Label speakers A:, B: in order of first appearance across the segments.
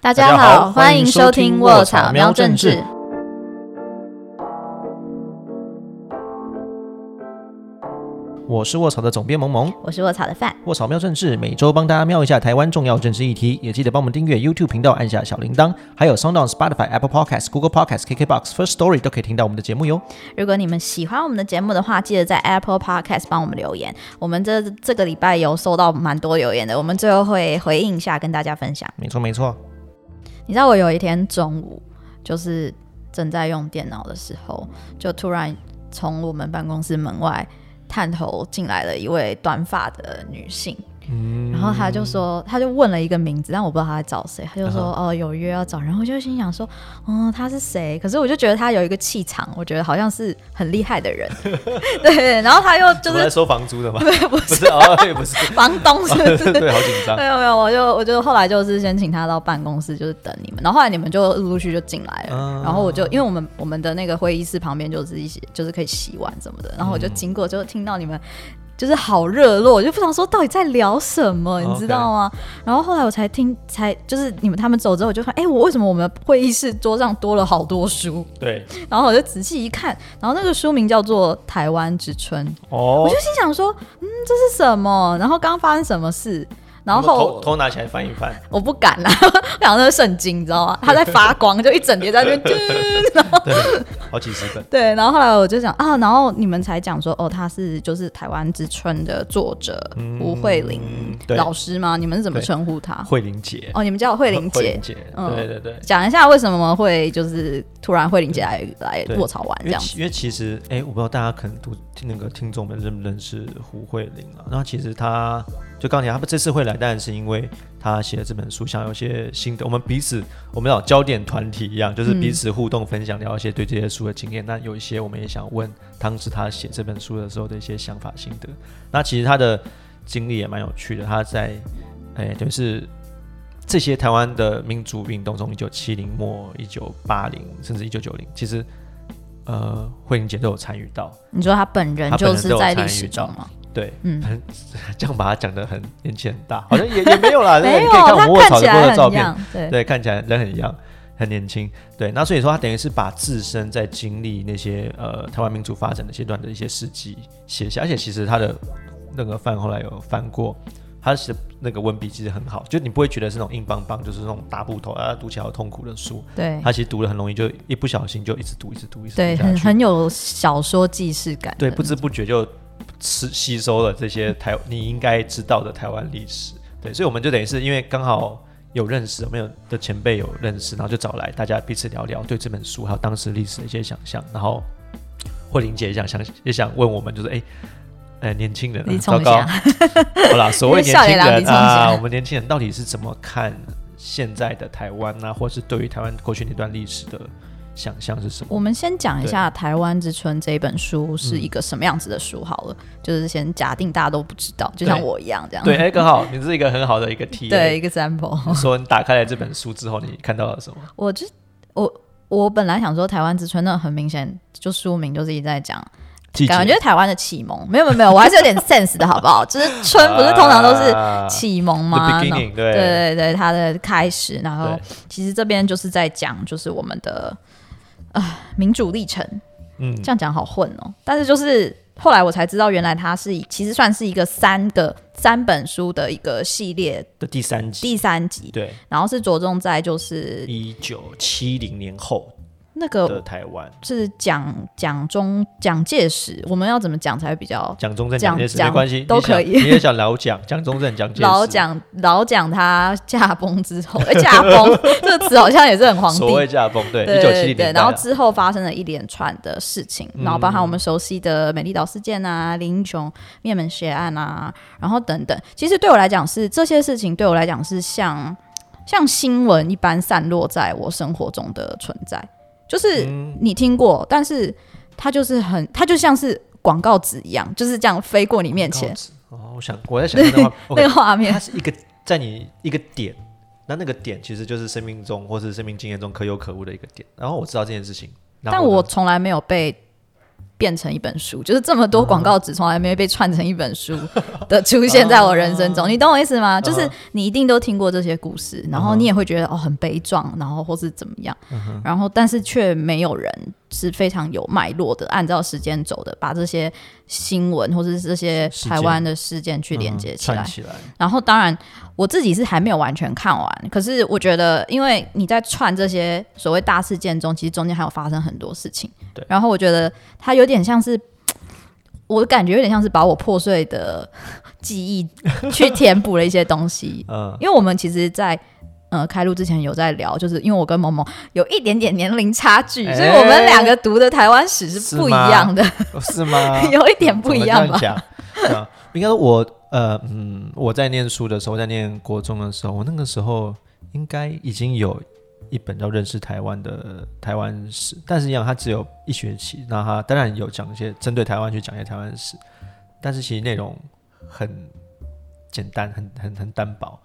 A: 大
B: 家
A: 家
B: 好
A: 好，欢迎收听《卧草喵政治》。
B: 我是卧槽的总编萌萌，
A: 我是卧草的范。
B: 卧槽喵政治每周帮大家瞄一下台湾重要政治议题，也记得帮我们订阅 YouTube 频道，按下小铃铛，还有 Sound On、Spotify、Apple Podcasts、Google Podcasts、KKBox、First Story 都可以听到我们的节目哟。
A: 如果你们喜欢我们的节目的话，记得在 Apple Podcast 帮我们留言。我们这这个礼拜有收到蛮多留言的，我们最后会回应一下，跟大家分享。
B: 没错没错，
A: 你知道我有一天中午就是正在用电脑的时候，就突然从我们办公室门外探头进来了一位短发的女性。然后她就说，她就问了一个名字，但我不知道她在找谁。她就说，哦，有约要找人。然后我就心想说，嗯，她是谁？可是我就觉得她有一个气场，我觉得好像是很厉害的人。对，然后她又就
B: 我在
A: 是
B: 收房租的吗？
A: 不
B: 不
A: 是
B: 是哦，也不是，
A: 房东是不是？
B: 对，好紧张。
A: 没有没有，我就我就后来就是先请他到办公室，就是等你们，然后后来你们就陆陆续续就进来了，
B: 嗯
A: 然后我就因为我们我们的那个会议室旁边就是一些就是可以洗碗什么的，然后我就经过就听到你们。就是好热络，我就不想说到底在聊什么，你知道吗然后后来我才听，才就是你们他们走之后，我就看，哎、我为什么我们会议室桌上多了好多书？
B: 对，
A: 然后我就仔细一看，然后那个书名叫做《台湾之春》，
B: 哦
A: 我就，心想说，嗯，这是什么？然后刚发生什么事？然后
B: 偷偷拿起来翻一翻，
A: 我不敢啦， 我想那是圣经，你知道 吗？它在发光，就一整叠在那边。 啾然后
B: 对，好几十 本。
A: 对，然后后来我就想啊，然后你们才讲说，哦，他是就是台湾之春的作者吴慧玲
B: 嗯对
A: 老师吗？你们是怎么
B: 对
A: 称呼她？
B: 慧玲姐，
A: 哦，你们叫慧玲
B: 慧
A: 姐
B: 玲。姐，
A: 嗯
B: 对对对。
A: 讲一下为什么会就是突然慧玲姐来来
B: 对
A: 卧槽玩
B: 因
A: 这
B: 为
A: 样子？
B: 其因为其实，哎、我不知道大家可能读那个听众们认不认识胡慧玲啊。然后其实她就刚才她这次会来，当然是因为她写了这本书，想有一些心得。我们彼此，我们要焦点团体一样，就是
A: 嗯
B: 彼此互动分享，聊一些对这些书的经验。那有一些我们也想问当时她写这本书的时候的一些想法心得。那其实她的经历也蛮有趣的，她在哎、等于是这些台湾的民主运动，从一九七零末、一九八零，甚至一九九零，其实呃，慧玲姐都有参与到。
A: 你说她本人
B: 她本
A: 就
B: 人
A: 是
B: 都有
A: 在历
B: 参
A: 史
B: 与到
A: 中吗？
B: 对，
A: 嗯，
B: 这样把她讲的很年纪很大，好像也也没 有啦。
A: 没
B: 哎你
A: 有，
B: 可以看我
A: 她
B: 们卧
A: 看
B: 槽
A: 起
B: 的多
A: 来
B: 的照
A: 很
B: 片，
A: 样，对，
B: 对，看起来人很一样，很年轻。对，那所以说他等于是把自身在经历那些呃台湾民主发展的阶段的一些事迹写下，而且其实他的那个范后来有翻过，他写的那个文笔其实很好，就你不会觉得是那种硬邦邦，就是那种大部头啊读起来好痛苦的书，
A: 对，
B: 他其实读的很容易，就一不小心就一直读，一直读，一直
A: 对，
B: 读下
A: 很
B: 去。
A: 很有小说既视感的。
B: 对，不知不觉就吃吸收了这些台你应该知道的台湾历史。对，所以我们就等于是因为刚好有认识，我们有的前辈有认识，然后就找来大家彼此聊聊对这本书还有当时历史的一些想象。然后慧玲姐也想想也想问我们，就是哎。呃，年轻人、啊，
A: 你
B: 糟
A: 冲一
B: 糕
A: 下，，
B: 好 啦，所谓年
A: 笑
B: 轻
A: 脸啦你
B: 人
A: 冲一下
B: 啊，我们年轻人到底是怎么看现在的台湾啊，或是对于台湾过去那段历史的想象是什么？
A: 我们先讲一下《台湾之春》这一本书是一个什么样子的书好了，就是先假定大家都不知道，就像我一样这样。
B: 嗯对，哎，刚好你是一个很好的一个 T，
A: 嗯对，一个 sample，
B: 你说你打开了这本书之后，你看到了什么？
A: 我就我我本来想说《台湾之春》，那很明显就书名就是一直在讲，
B: 季
A: 感觉台湾的启蒙。没有没有没有，我还是有点 sense 的好不好？就是春不是通常都是启蒙吗？
B: 啊 The
A: 然后
B: beginning，对
A: 对对对，它的开始，然后
B: 对
A: 其实这边就是在讲，就是我们的啊、民主历程，
B: 嗯，
A: 这样讲好混哦。但是就是后来我才知道，原来它是以其实算是一个三个三本书的一个系列
B: 的第三集，
A: 第三集，
B: 对，
A: 然后是着重在就是
B: 一九七零年后
A: 那
B: 的
A: 个
B: 台湾，
A: 是蒋蒋中蒋介石，我们要怎么讲才会比较
B: 蒋中正、
A: 讲
B: 蒋介石
A: 讲
B: 没关系，
A: 都可以
B: 你想你也想老蒋、蒋中正、蒋介石，
A: 老蒋老蒋他驾崩之后，哎、驾崩 这个词好像也是很皇
B: 所谓
A: 帝。
B: 驾崩，对，
A: 对
B: 一九七
A: 对
B: 零
A: 对，
B: 年代
A: 然
B: 啊，嗯
A: 后之后发生了一连串的事情，然后包含我们熟悉的美丽岛事件啊、林英雄灭门血案啊，然后等等。其实对我来讲是这些事情，对我来讲是像像新闻一般散落在我生活中的存在，就是
B: 嗯
A: 你听过，但是它就是很，它就像是广告纸一样，就是这样飞过你面前
B: 告知哦，我想我在想那 话，
A: 那个画面
B: 它。是一个在你一个点，那那个点其实就是生命中或是生命经验中可有可无的一个点。然后我知道这件事情，然
A: 但
B: 后呢
A: 我从来没有被变成一本书，就是这么多广
B: 哦
A: 告词从来没被串成一本书的出现在我人生
B: 哦
A: 中，你懂我意思
B: 嗯
A: 吗？就是你一定都听过这些故事，然后你也会觉得哦很悲壮，然后或是怎么样，
B: 嗯
A: 然后但是却没有人是非常有脉络的，按照时间走的，把这些新闻或是这些
B: 事件
A: 台湾的事件去连接
B: 嗯
A: 起来
B: 串。起来，
A: 然后当然我自己是还没有完全看完，可是我觉得，因为你在串这些所谓大事件中，其实中间还有发生很多事情。
B: 对
A: 然后我觉得它有点像是，我感觉有点像是把我破碎的记忆去填补了一些东西。
B: 嗯，
A: 因为我们其实在，呃开录之前有在聊，就是因为我跟萌萌有一点点年龄差距，
B: 哎
A: 所以我们两个读的台湾史是
B: 是
A: 不一
B: 吗
A: 样的，
B: 是吗？
A: 有一点不一样吧？
B: 怎么这样讲？啊，应该说我呃嗯，我在念书的时候，在念国中的时候，我那个时候应该已经有一本叫《认识台湾》的台湾史，但是一样，它只有一学期。那它当然有讲一些针对台湾去讲一些台湾史，但是其实内容很简单，很很很单薄。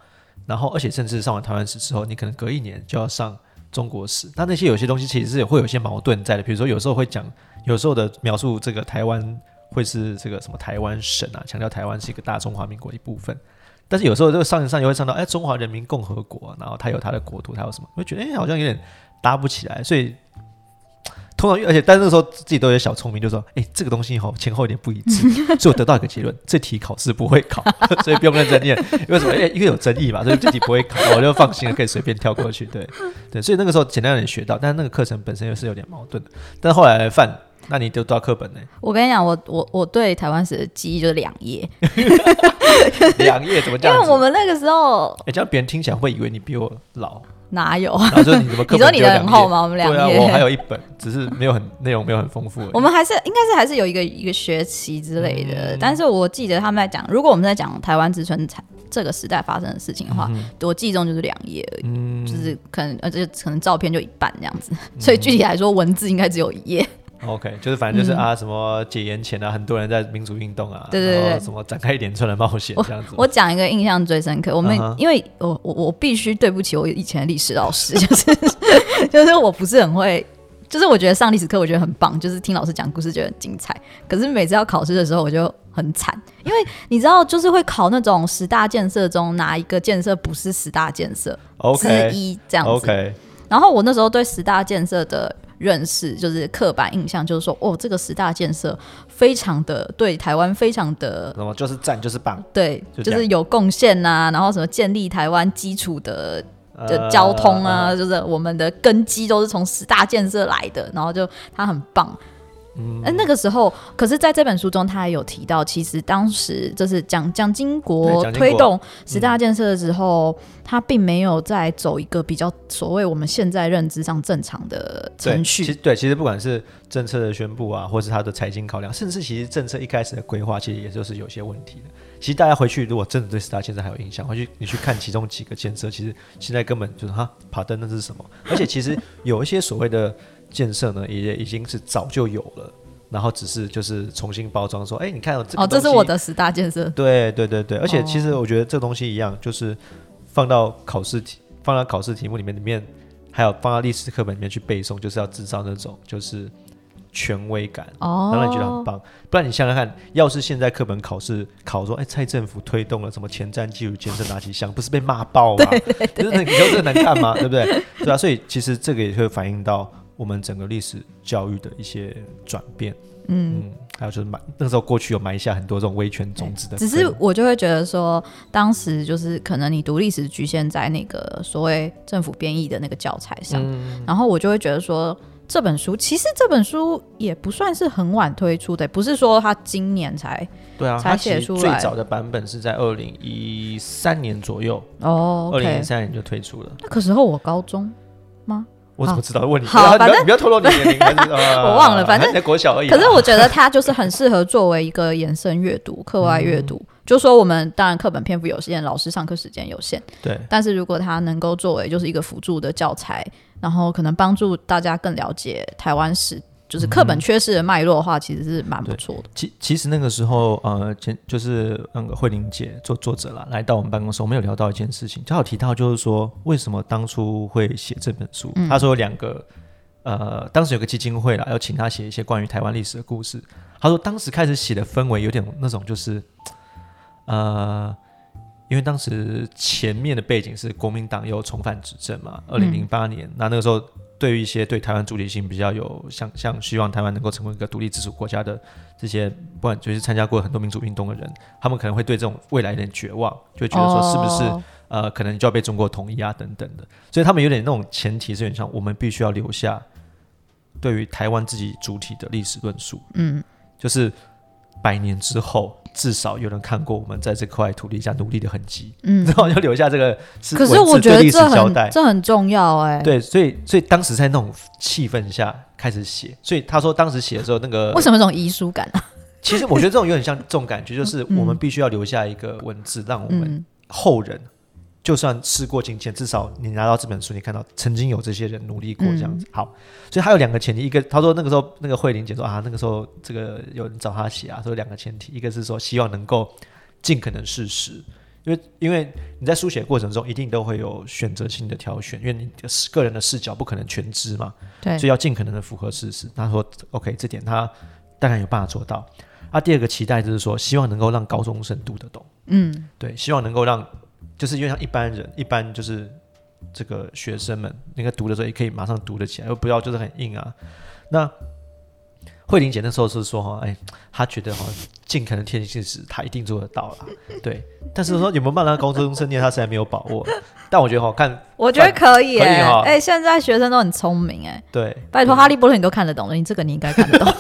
B: 然后，而且甚至上完台湾史之后，你可能隔一年就要上中国史。那那些有些东西其实是会有一些矛盾在的，比如说有时候会讲，有时候的描述这个台湾会是这个什么台湾省啊，强调台湾是一个大中华民国的一部分。但是有时候这个上一上也会上到，哎，中华人民共和国，然后它有它的国土，它有什么，会觉得哎，好像有点搭不起来，所以。嗯通常，而且但是那时候自己都有点小聪明，就说：“哎、这个东西哈前后有点不一致， 所以我得到一个结论，这题考试不会考，所以不用认真念。因为什么？因为因为有争议嘛，所以这题不会考，我就放心了，可以随便跳过去。对对，所以那个时候简单的学到，但是那个课程本身又是有点矛盾的。但后来犯，那你丢到课本呢、
A: 我跟你讲，我我我对台湾史的记忆就是两页，
B: 两页怎么这
A: 因
B: 样
A: 为
B: 子？
A: 我们那个时候
B: 哎、这样别人听起来会以为你比我老，
A: 哪有？
B: 然后说你怎么 课
A: 你说
B: 本
A: 你
B: 只有
A: 的
B: 两
A: 很厚
B: 页？
A: 吗？我们两
B: 对啊，
A: 页，
B: 我还有一本，只是没有很内容没有很丰富而已。
A: 我们还是应该是还是有一个一个学期之类的。
B: 嗯
A: 但是我记得他们在讲，如果我们在讲台湾之春才这个时代发生的事情的话，我记忆中就是两页而已。
B: 嗯
A: 就是可能，而且可能照片就一半这样子，所以具体来说，文字应该只有一页。
B: OK，就是反正就是啊，什么解严前啊，很多人在民主运动啊，
A: 嗯对对对
B: 然后什么展开一连串的冒险这样子。
A: 我讲一个印象最深刻，我们、
B: 嗯哼
A: 因为我我我必须对不起我以前的历史老师， 就是就是我不是很会，就是我觉得上历史课我觉得很棒，就是听老师讲故事觉得很精彩，可是每次要考试的时候我就很惨，因为你知道就是会考那种十大建设中哪一个建设不是十大建设之
B: OK
A: 一这样子。
B: OK，
A: 然后我那时候对十大建设的认识，就是刻板印象，就是说哦，这个十大建设非常的对台湾非常的
B: 什么就是赞就是棒，
A: 对，
B: 就
A: 就
B: 这样
A: 是有贡献呐，然后什么建立台湾基础的的
B: 呃
A: 交通啊，，就是我们的根基都是从十大建设来的，然后就它很棒。嗯，那个时候，可是在这本书中，他也有提到，其实当时就是蒋蒋经
B: 对
A: 国
B: 蒋经国嗯
A: 推动十大建设的时候，他并没有在走一个比较所谓我们现在认知上正常的
B: 对
A: 程
B: 其实
A: 序。
B: 对，其实不管是政策的宣布啊，或是它的财经考量，甚至其实政策一开始的规划，其实也就是有些问题的。其实大家回去如果真的对十大建设还有印象，回去你去看其中几个建设，其实现在根本就是哈，爬登那是什么？而且其实有一些所谓的建设呢，也已经是早就有了，然后只是就是重新包装说，哎，你看有这个
A: 哦，这是
B: 东西
A: 我的十大建设。
B: 对对对对，而且其实
A: 哦
B: 我觉得这东西一样，就是放到考试题，放到考试题目里面，里面还有放到历史课本里面去背诵，就是要制造那种就是权威感，
A: 哦，
B: 让你觉得很棒。不然你想想看，要是现在课本考试考说，哎，蔡政府推动了什么前瞻基础建设哪几项，不是被骂爆吗？ 就是你说这个能看吗？对不对？对啊，所以其实这个也会反映到我们整个历史教育的一些转变。
A: 嗯，
B: 嗯，还有就是埋那时候过去有埋下很多这种威权种子的
A: 只
B: 根，
A: 是我就会觉得说，当时就是可能你读历史局限在那个所谓政府编译的那个教材上，然后我就会觉得说。这本书其实这本书也不算是很晚推出的，不是说它今年才
B: 对啊，
A: 才
B: 它其
A: 写
B: 实
A: 出
B: 最
A: 来
B: 早的版本是在二零一三年左右，
A: 哦。
B: 二零一
A: OK，
B: 三年就推出了。
A: 那个时候我高中，
B: 我怎么知道？问你，
A: 好
B: 不要
A: 反
B: 你
A: 正
B: 不要不要透露你的年龄，还 是呃
A: 我忘了反正
B: 还在国小而已啊。
A: 可是我觉得它就是很适合作为一个延伸阅读、课外阅读。就说我们当然课本篇幅有限，老师上课时间有限，
B: 对
A: 但是如果它能够作为就是一个辅助的教材，然后可能帮助大家更了解台湾史，就是课本缺失的脉络的话，其实是蛮不错的。
B: 其其实那个时候，呃，前就是那个慧玲姐作作者啦，来到我们办公室，我们有聊到一件事情，她有提到就是说，为什么当初会写这本书？她说有两个呃，当时有个基金会啦，要请他写一些关于台湾历史的故事。他说当时开始写的氛围有点那种就是，呃，因为当时前面的背景是国民党又重返执政嘛，二零零八年，那那个时候对于一些对台湾主体性比较有像像希望台湾能够成为一个独立自主国家的这些，不管就是参加过很多民主运动的人，他们可能会对这种未来有点绝望，就会觉得说是不是、
A: 哦
B: 呃，可能就要被中国统一啊，等等的。所以他们有点那种前提是，有点像我们必须要留下对于台湾自己主体的历史论述，
A: 嗯，
B: 就是百年之后，至少有人看过我们在这块土地上努力的痕迹，
A: 嗯
B: 然后就留下这个是
A: 可是
B: 文字
A: 我觉
B: 对
A: 得
B: 历史
A: 这
B: 交
A: 很
B: 代。
A: 这很重要哎、
B: 对，所以所以当时在那种气氛下开始写，所以他说当时写的时候，那个
A: 为什么有种遗书感啊？
B: 其实我觉得这种有点像这种感觉，就是
A: 嗯
B: 我们必须要留下一个文字，让我们
A: 嗯
B: 后人，就算事过境迁，至少你拿到这本书，你看到曾经有这些人努力过这样
A: 嗯
B: 子。好，所以他有两个前提，一个他说那个时候那个慧玲姐说啊，那个时候这个有人找他写啊，说两个前提，一个是说希望能够尽可能事实，因为因为你在书写过程中一定都会有选择性的挑选，因为你的个人的视角不可能全知嘛，
A: 对
B: 所以要尽可能的符合事实。他说 OK，这点他当然有办法做到。啊，第二个期待就是说，希望能够让高中生读得懂。
A: 嗯
B: 对，希望能够让，就是因为像一般人，一般就是这个学生们，那个读的时候也可以马上读得起来，而不要就是很硬啊。那慧玲姐那时候是说哈，哎，她觉得哈，尽可能贴近事实，她一定做得到啦。对，但是说有没有办法让高中生念，她实在没有把握。但我觉得哈，看
A: 我觉得可以
B: 可以
A: 哎、
B: 哈
A: 哎、现在学生都很聪明哎、
B: 对，
A: 拜托，《哈利波特》你都看得懂了，你这个你应该看得 懂。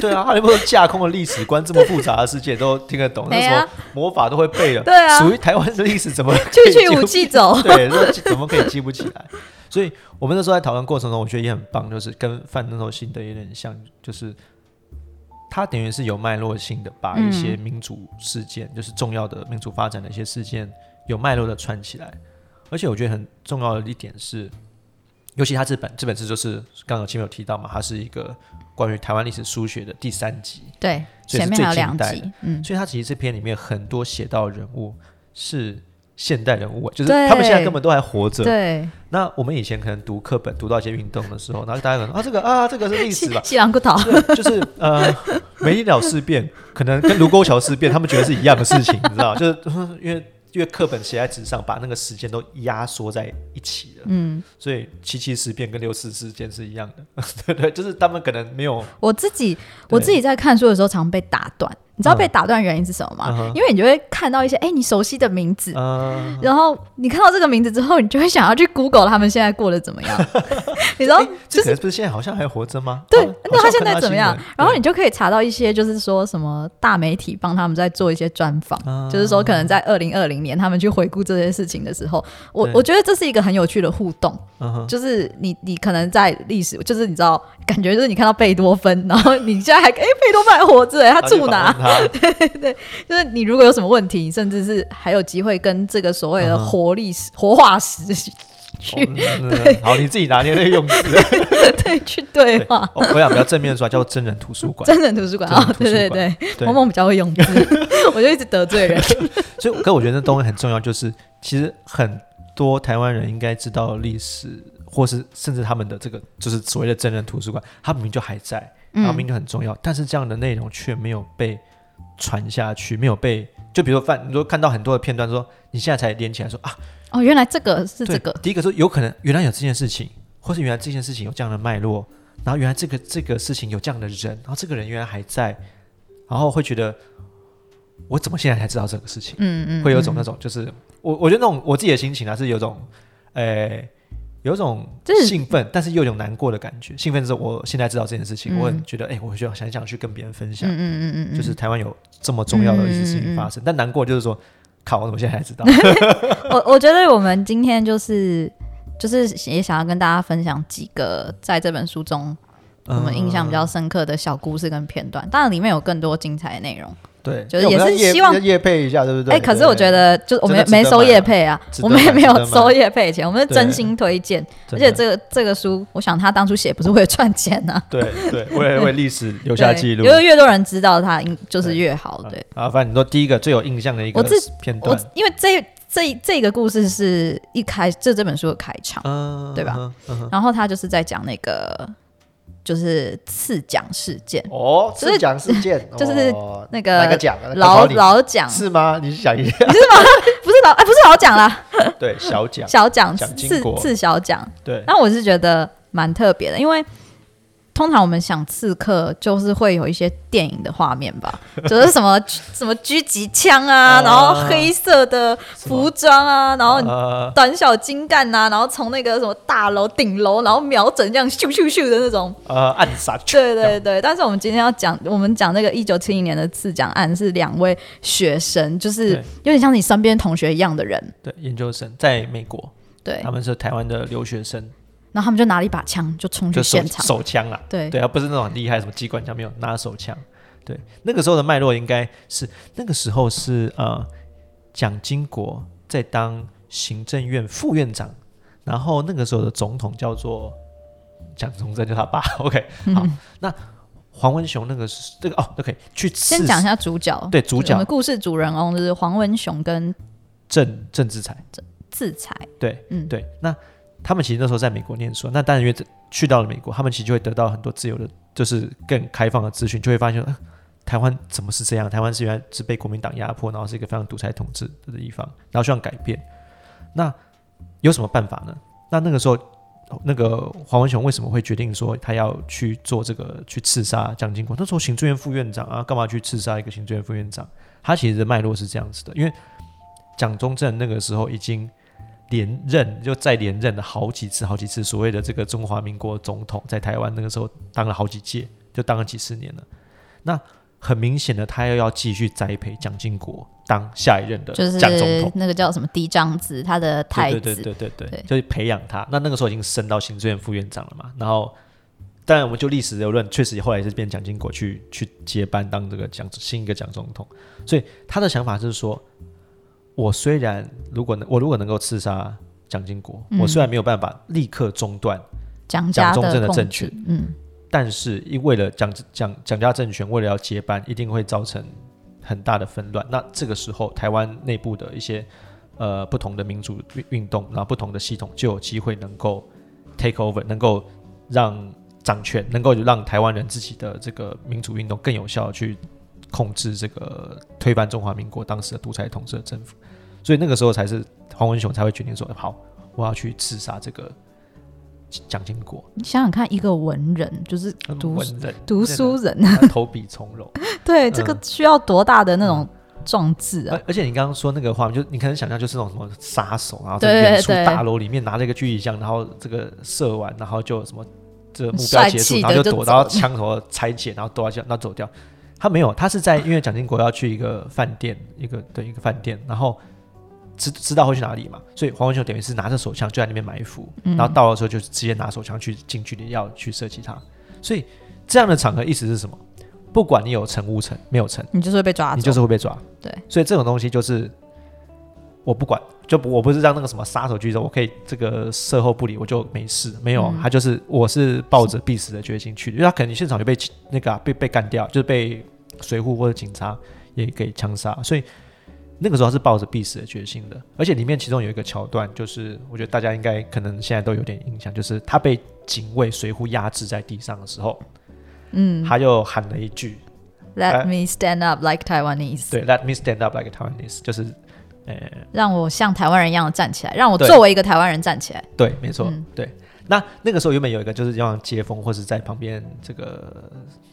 B: 对啊，哈利波特架空的历史观这么复杂的世界都听得懂，那
A: 哎
B: 时
A: 呀
B: 候魔法都会背了，
A: 对啊
B: 属于台湾的历史怎么可
A: 区
B: 以
A: 区
B: 接
A: 武
B: 不
A: 器走，
B: 对，那怎么可以记不起来？所以我们那时候在讨论过程中，我觉得也很棒，就是跟范那时候新的有点像，就是他等于是有脉络性的把一些民主事件，就是重要的民主发展的一些事件，有脉络的串起来。而且我觉得很重要的一点是，尤其他这本这本书就是刚刚有前面有提到嘛，它是一个关于台湾历史书学的第三集，
A: 对，
B: 所以
A: 前
B: 是
A: 面还有
B: 最近
A: 两
B: 代
A: 集，嗯，
B: 所以他其实这篇里面很多写到的人物是现代人物，就是
A: 对
B: 他们现在根本都还活着，
A: 对，
B: 那我们以前可能读课本读到一些运动的时候，然后大家可能啊这个啊这个是历史
A: ，
B: 吧
A: 西兰古岛，
B: 就是呃 梅里岛事变，可能跟卢沟桥事变，他们觉得是一样的事情，你知道，就是 嗯因为因为课本写在纸上，把那个时间都压缩在一起了，
A: 嗯，
B: 所以七七事变跟六四事件是一样的， 对对，就是他们可能没有
A: 我自己我自己在看书的时候常被打断，你知道被打断的原因是什么吗？
B: 嗯哼
A: 因为你就会看到一些哎、你熟悉的名字。
B: 呃。
A: 然后你看到这个名字之后，你就会想要去 Google 他们现在过得怎么 样，你知道
B: 哎？这个不是现在好像还活着吗？
A: 对
B: 好，
A: 那
B: 好
A: 他
B: 像
A: 现在
B: 看到
A: 怎么
B: 新
A: 样
B: 闻？
A: 然后
B: 对
A: 你就可以查到一些，就是说什么大媒体帮他们在做一些专访，
B: 啊
A: 就是说可能在二零二零年他们去回顾这些事情的时候，我
B: 对
A: 我觉得这是一个很有趣的互动。
B: 嗯哼
A: 就是你你可能在历史，就是你知道，感觉就是你看到贝多芬，然后你现在还哎、贝多芬还活着哎、他
B: 然后就
A: 住
B: 访
A: 哪？
B: 问他？
A: 就是你如果有什么问题，甚至是还有机会跟这个所谓的
B: 嗯哼
A: 活历史、活化石去 去、
B: 哦嗯好，你自己拿捏那个用词。
A: 对去对
B: 对，哦
A: 话。
B: 我我想比较正面说，叫做真人图书 馆。
A: 真人图书馆哦，
B: 真
A: 对
B: 人
A: 对
B: 图书馆
A: 对，
B: 对
A: 萌，萌比较会用字， 我就一直得罪 人。
B: 所以，可我觉得那东西很重要，就是其实很多台湾人应该知道历史，或是甚至他们的这个就是所谓的真人图书馆，它明明就还在，然后明明就很重要，但是这样的内容却没有被传下去，没有被就比如说范，你说看到很多的片段说，你现在才连起来说啊，
A: 哦，原来这个是
B: 对
A: 这个，
B: 第一个说有可能原来有这件事情，或是原来这件事情有这样的脉络，然后原来这个这个事情有这样的人，然后这个人原来还在，然后会觉得我怎么现在才知道这个事情，
A: 嗯嗯，
B: 会有一
A: 嗯
B: 种那种就是我我觉得那种我自己的心情啊是有种，诶、有一种
A: 就是
B: 兴奋，但是又有一种难过的感觉。兴奋是我现在知道这件事情，
A: 嗯
B: 我很觉得，哎、我就想想去跟别人分享，
A: 嗯嗯嗯嗯，
B: 就是台湾有这么重要的一些
A: 嗯
B: 事
A: 嗯嗯
B: 情
A: 嗯
B: 发生。但难过就是说，靠，我怎么现在才 知道？
A: 我我觉得我们今天就是就是也想要跟大家分享几个在这本书中
B: 嗯
A: 我们印象比较深刻的小故事跟片段，当然里面有更多精彩的内容。
B: 对，
A: 就是
B: 因为我
A: 也
B: 们
A: 是
B: 要业
A: 希望
B: 要业配一下，对不对？
A: 哎、可是我觉
B: 得，
A: 得就是我们也
B: 真的
A: 没
B: 值得
A: 收
B: 买啊
A: 业配啊，
B: 值得
A: 我们也
B: 买
A: 没
B: 值得
A: 有
B: 买
A: 收业配钱，我们是
B: 对
A: 真心推荐。而
B: 真
A: 且
B: 的
A: 这个这个书，我想他当初写不是为了赚钱 呐、啊，
B: 对对，为了为历史留下记录嗯
A: 对因。为越多人知道他，应就是越好。对，
B: 啊，反正你说第一个最有印象的一个
A: 我自
B: 片
A: 我
B: 段，
A: 因为这这这个故事是一开这这本书的开场，
B: 嗯，
A: 对吧
B: 嗯哼？嗯哼
A: 然后他就是在讲那个就是刺奖事件，
C: 哦，
A: 就是
C: 是奖事件，
A: 就是
C: 哦
A: 那个
C: 哪个奖啊？
A: 老
C: 考你
A: 老奖
C: 是吗？你是想一下，
A: 不是老哎不是老奖啦，
B: 对小奖，
A: 小奖
B: 蒋经
A: 刺
B: 国
A: 刺小奖。
B: 对，
A: 那我是觉得蛮特别的，因为通常我们想刺客，就是会有一些电影的画面 吧，就是什么什么狙击枪啊，
B: 啊
A: 然后黑色的服装啊，然后
B: 呃，
A: 短小精干呐、啊，然后从那个什么大楼顶楼，然后瞄准这样咻咻咻的那种。
B: 呃，暗杀，
A: 对对对，但是我们今天要讲，我们讲那个一九七零年的刺奖案是两位学生，就是
B: 对
A: 有点像你身边同学一样的人，
B: 对，研究生在美国，
A: 对
B: 他，们是台湾的留学生，
A: 然后他们就拿了一把枪就冲去
B: 就手
A: 现场，
B: 手枪啦，
A: 对
B: 对啊，不是那种很厉害什么机关枪，没有拿手枪。对，那个时候的脉络应该是那个时候是呃，蒋经国在当行政院副院长，然后那个时候的总统叫做蒋中正，就他爸。OK，好，
A: 嗯
B: 那黄文雄那个是这个哦，OK，去刺
A: 先讲一下主角，
B: 对主
A: 我
B: 角
A: 们故事主人翁就是黄文雄跟
B: 郑郑志才。
A: 自裁，
B: 对，
A: 嗯
B: 对。那他们其实那时候在美国念书，那当然因为这去到了美国，他们其实就会得到很多自由的，就是更开放的资讯，就会发现、呃台湾怎么是这样？台湾是原来是被国民党压迫，然后是一个非常独裁统治的地方，然后希望改变。那有什么办法呢？那那个时候，那个黄文雄为什么会决定说他要去做这个去刺杀蒋经国？那时候行政院副院长啊，干嘛去刺杀一个行政院副院长？他其实的脉络是这样子的，因为蒋中正那个时候已经连任，就再连任了好几次、好几次，所谓的这个中华民国总统，在台湾那个时候当了好几届，就当了几十年了。那很明显的，他又要继续栽培蒋经国当下一任的
A: 就是
B: 呃蒋总统。
A: 那个叫什么嫡长子，他的太
B: 对
A: 子，
B: 对对对
A: 对
B: 对对，就是培养他。那那个时候已经升到行政院副院长了嘛，然后。当然，我们就历史而论，确实后来是变蒋经国去去接班当这个蒋新一个蒋总统，所以他的想法是说，我虽然如果能我如果能够刺杀蒋经国，
A: 嗯
B: 我虽然没有办法立刻中断，
A: 蒋家
B: 蒋中正的
A: 控
B: 政
A: 制
B: 权，
A: 嗯，
B: 但是因为了蒋蒋蒋家政权为了要接班，一定会造成很大的纷乱。那这个时候，台湾内部的一些呃不同的民主运运动，然后不同的系统就有机会能够 take over，能够让掌权，能够让台湾人自己的这个民主运动更有效地去控制这个推翻中华民国当时的独裁统治的政府。所以那个时候才是黄文雄才会决定说，好，我要去刺杀这个蒋经国，
A: 你想想看，一个文人就是读
B: 嗯文人
A: 读书人，
B: 他呃投笔从戎。
A: 对
B: 嗯
A: 这个需要多大的那种壮志啊
B: 而！而且你刚刚说那个画面，就你可能想象就是那种什么杀手，然后
A: 对
B: 在远处
A: 对
B: 大楼里面拿着一个狙击枪，然后这个射完，然后就什么这个目标
A: 帅
B: 结束
A: 气，
B: 然
A: 地
B: 后
A: 就
B: 就躲，
A: 走
B: 然后
A: 了
B: 枪头拆解，然后躲掉，然后走掉。他没有，他是在因为蒋经国要去一个饭店，一个对一个饭店，然后知知道会去哪里嘛，所以黄文雄等于是拿着手枪就在那边埋伏，
A: 嗯
B: 然后到的时候就直接拿手枪去近距离要去射击他。所以这样的场合意思是什么？不管你有成无成，没有成。
A: 你就是会被抓走，
B: 你就是会被抓。
A: 对，
B: 所以这种东西就是我不管，就不我不是让那个什么杀手狙手，我可以这个事后不理，我就没事。没有，
A: 嗯
B: 他就是我是抱着必死的决心去的，因为他可能现场就被那个啊、被被干掉，就是被随护或者警察也给枪杀，所以。那个时候他是抱着必死的决心的，而且里面其中有一个桥段，就是我觉得大家应该可能现在都有点印象，就是他被警卫随护压制在地上的时候，
A: 嗯
B: 他就喊了一句
A: ，Let
B: 哎
A: me stand up like Taiwanese，
B: 对，Let me stand up like a Taiwanese，就是，呃，
A: 让我像台湾人一样站起来，让我
B: 对
A: 作为一个台湾人站起来，
B: 对，没错，
A: 嗯
B: 对。那那个时候原本有一个就是要让接风，或是在旁边这个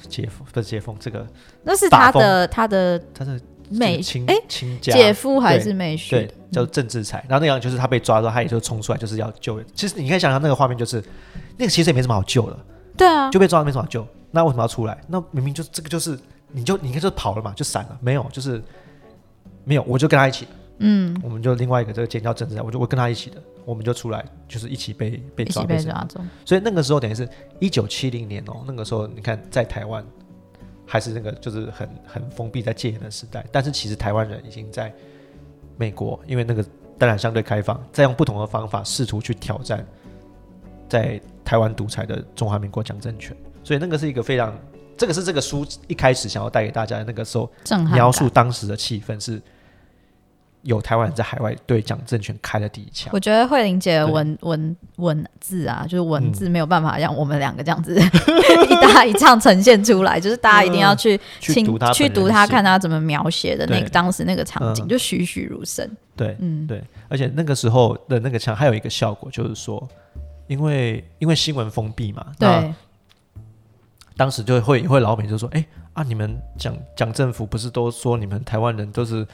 B: 接风，不是接风，这个
A: 那是
B: 打
A: 他的他的
B: 他是
A: 妹
B: 亲
A: 哎
B: 亲家
A: 姐夫还
B: 对
A: 是妹婿
B: 对，叫郑志才。然后那样就是他被抓之后，他也就冲出来，就是要救人。其实你可以想象那个画面，就是那个其实也没什么好救的，
A: 对啊，
B: 就被抓了没什么好救。那为什么要出来？那明明就这个就是你就你应该就跑了嘛，就闪了，没有，就是没有，我就跟他一起。
A: 嗯，
B: 我们就另外一个这个尖叫政治，我就我跟他一起的，我们就出来，就是一起被被
A: 一
B: 抓
A: 起被
B: 审
A: 抓走，
B: 所以那个时候等于是一九七零年哦，那个时候你看在台湾还是那个就是很很封闭在戒严的时代，但是其实台湾人已经在美国，因为那个当然相对开放，再用不同的方法试图去挑战在台湾独裁的中华民国蒋政权，所以那个是一个非常。这个是这个书一开始想要带给大家的那个时候
A: 震撼感
B: 描述当时的气氛是有台湾人在海外对蒋政权开的第一枪。
A: 我觉得慧玲姐的
B: 对嗯
A: 文文文字啊，就是文字没有办法让我们两个这样子、 一搭一唱呈现出来，就是大家一定要去
B: 嗯去
A: 亲
B: 读他
A: 去
B: 本人
A: 读
B: 的
A: 他
B: 信
A: 看他怎么描写的那
B: 对
A: 个当时那个场景，
B: 嗯
A: 就栩栩如生。
B: 对，
A: 嗯，
B: 对，而且那个时候的那个枪还有一个效果，就是说，因为因为新闻封闭嘛，那
A: 对，
B: 当时就会会老美就说，哎、啊，你们蒋蒋政府不是都说你们台湾人都是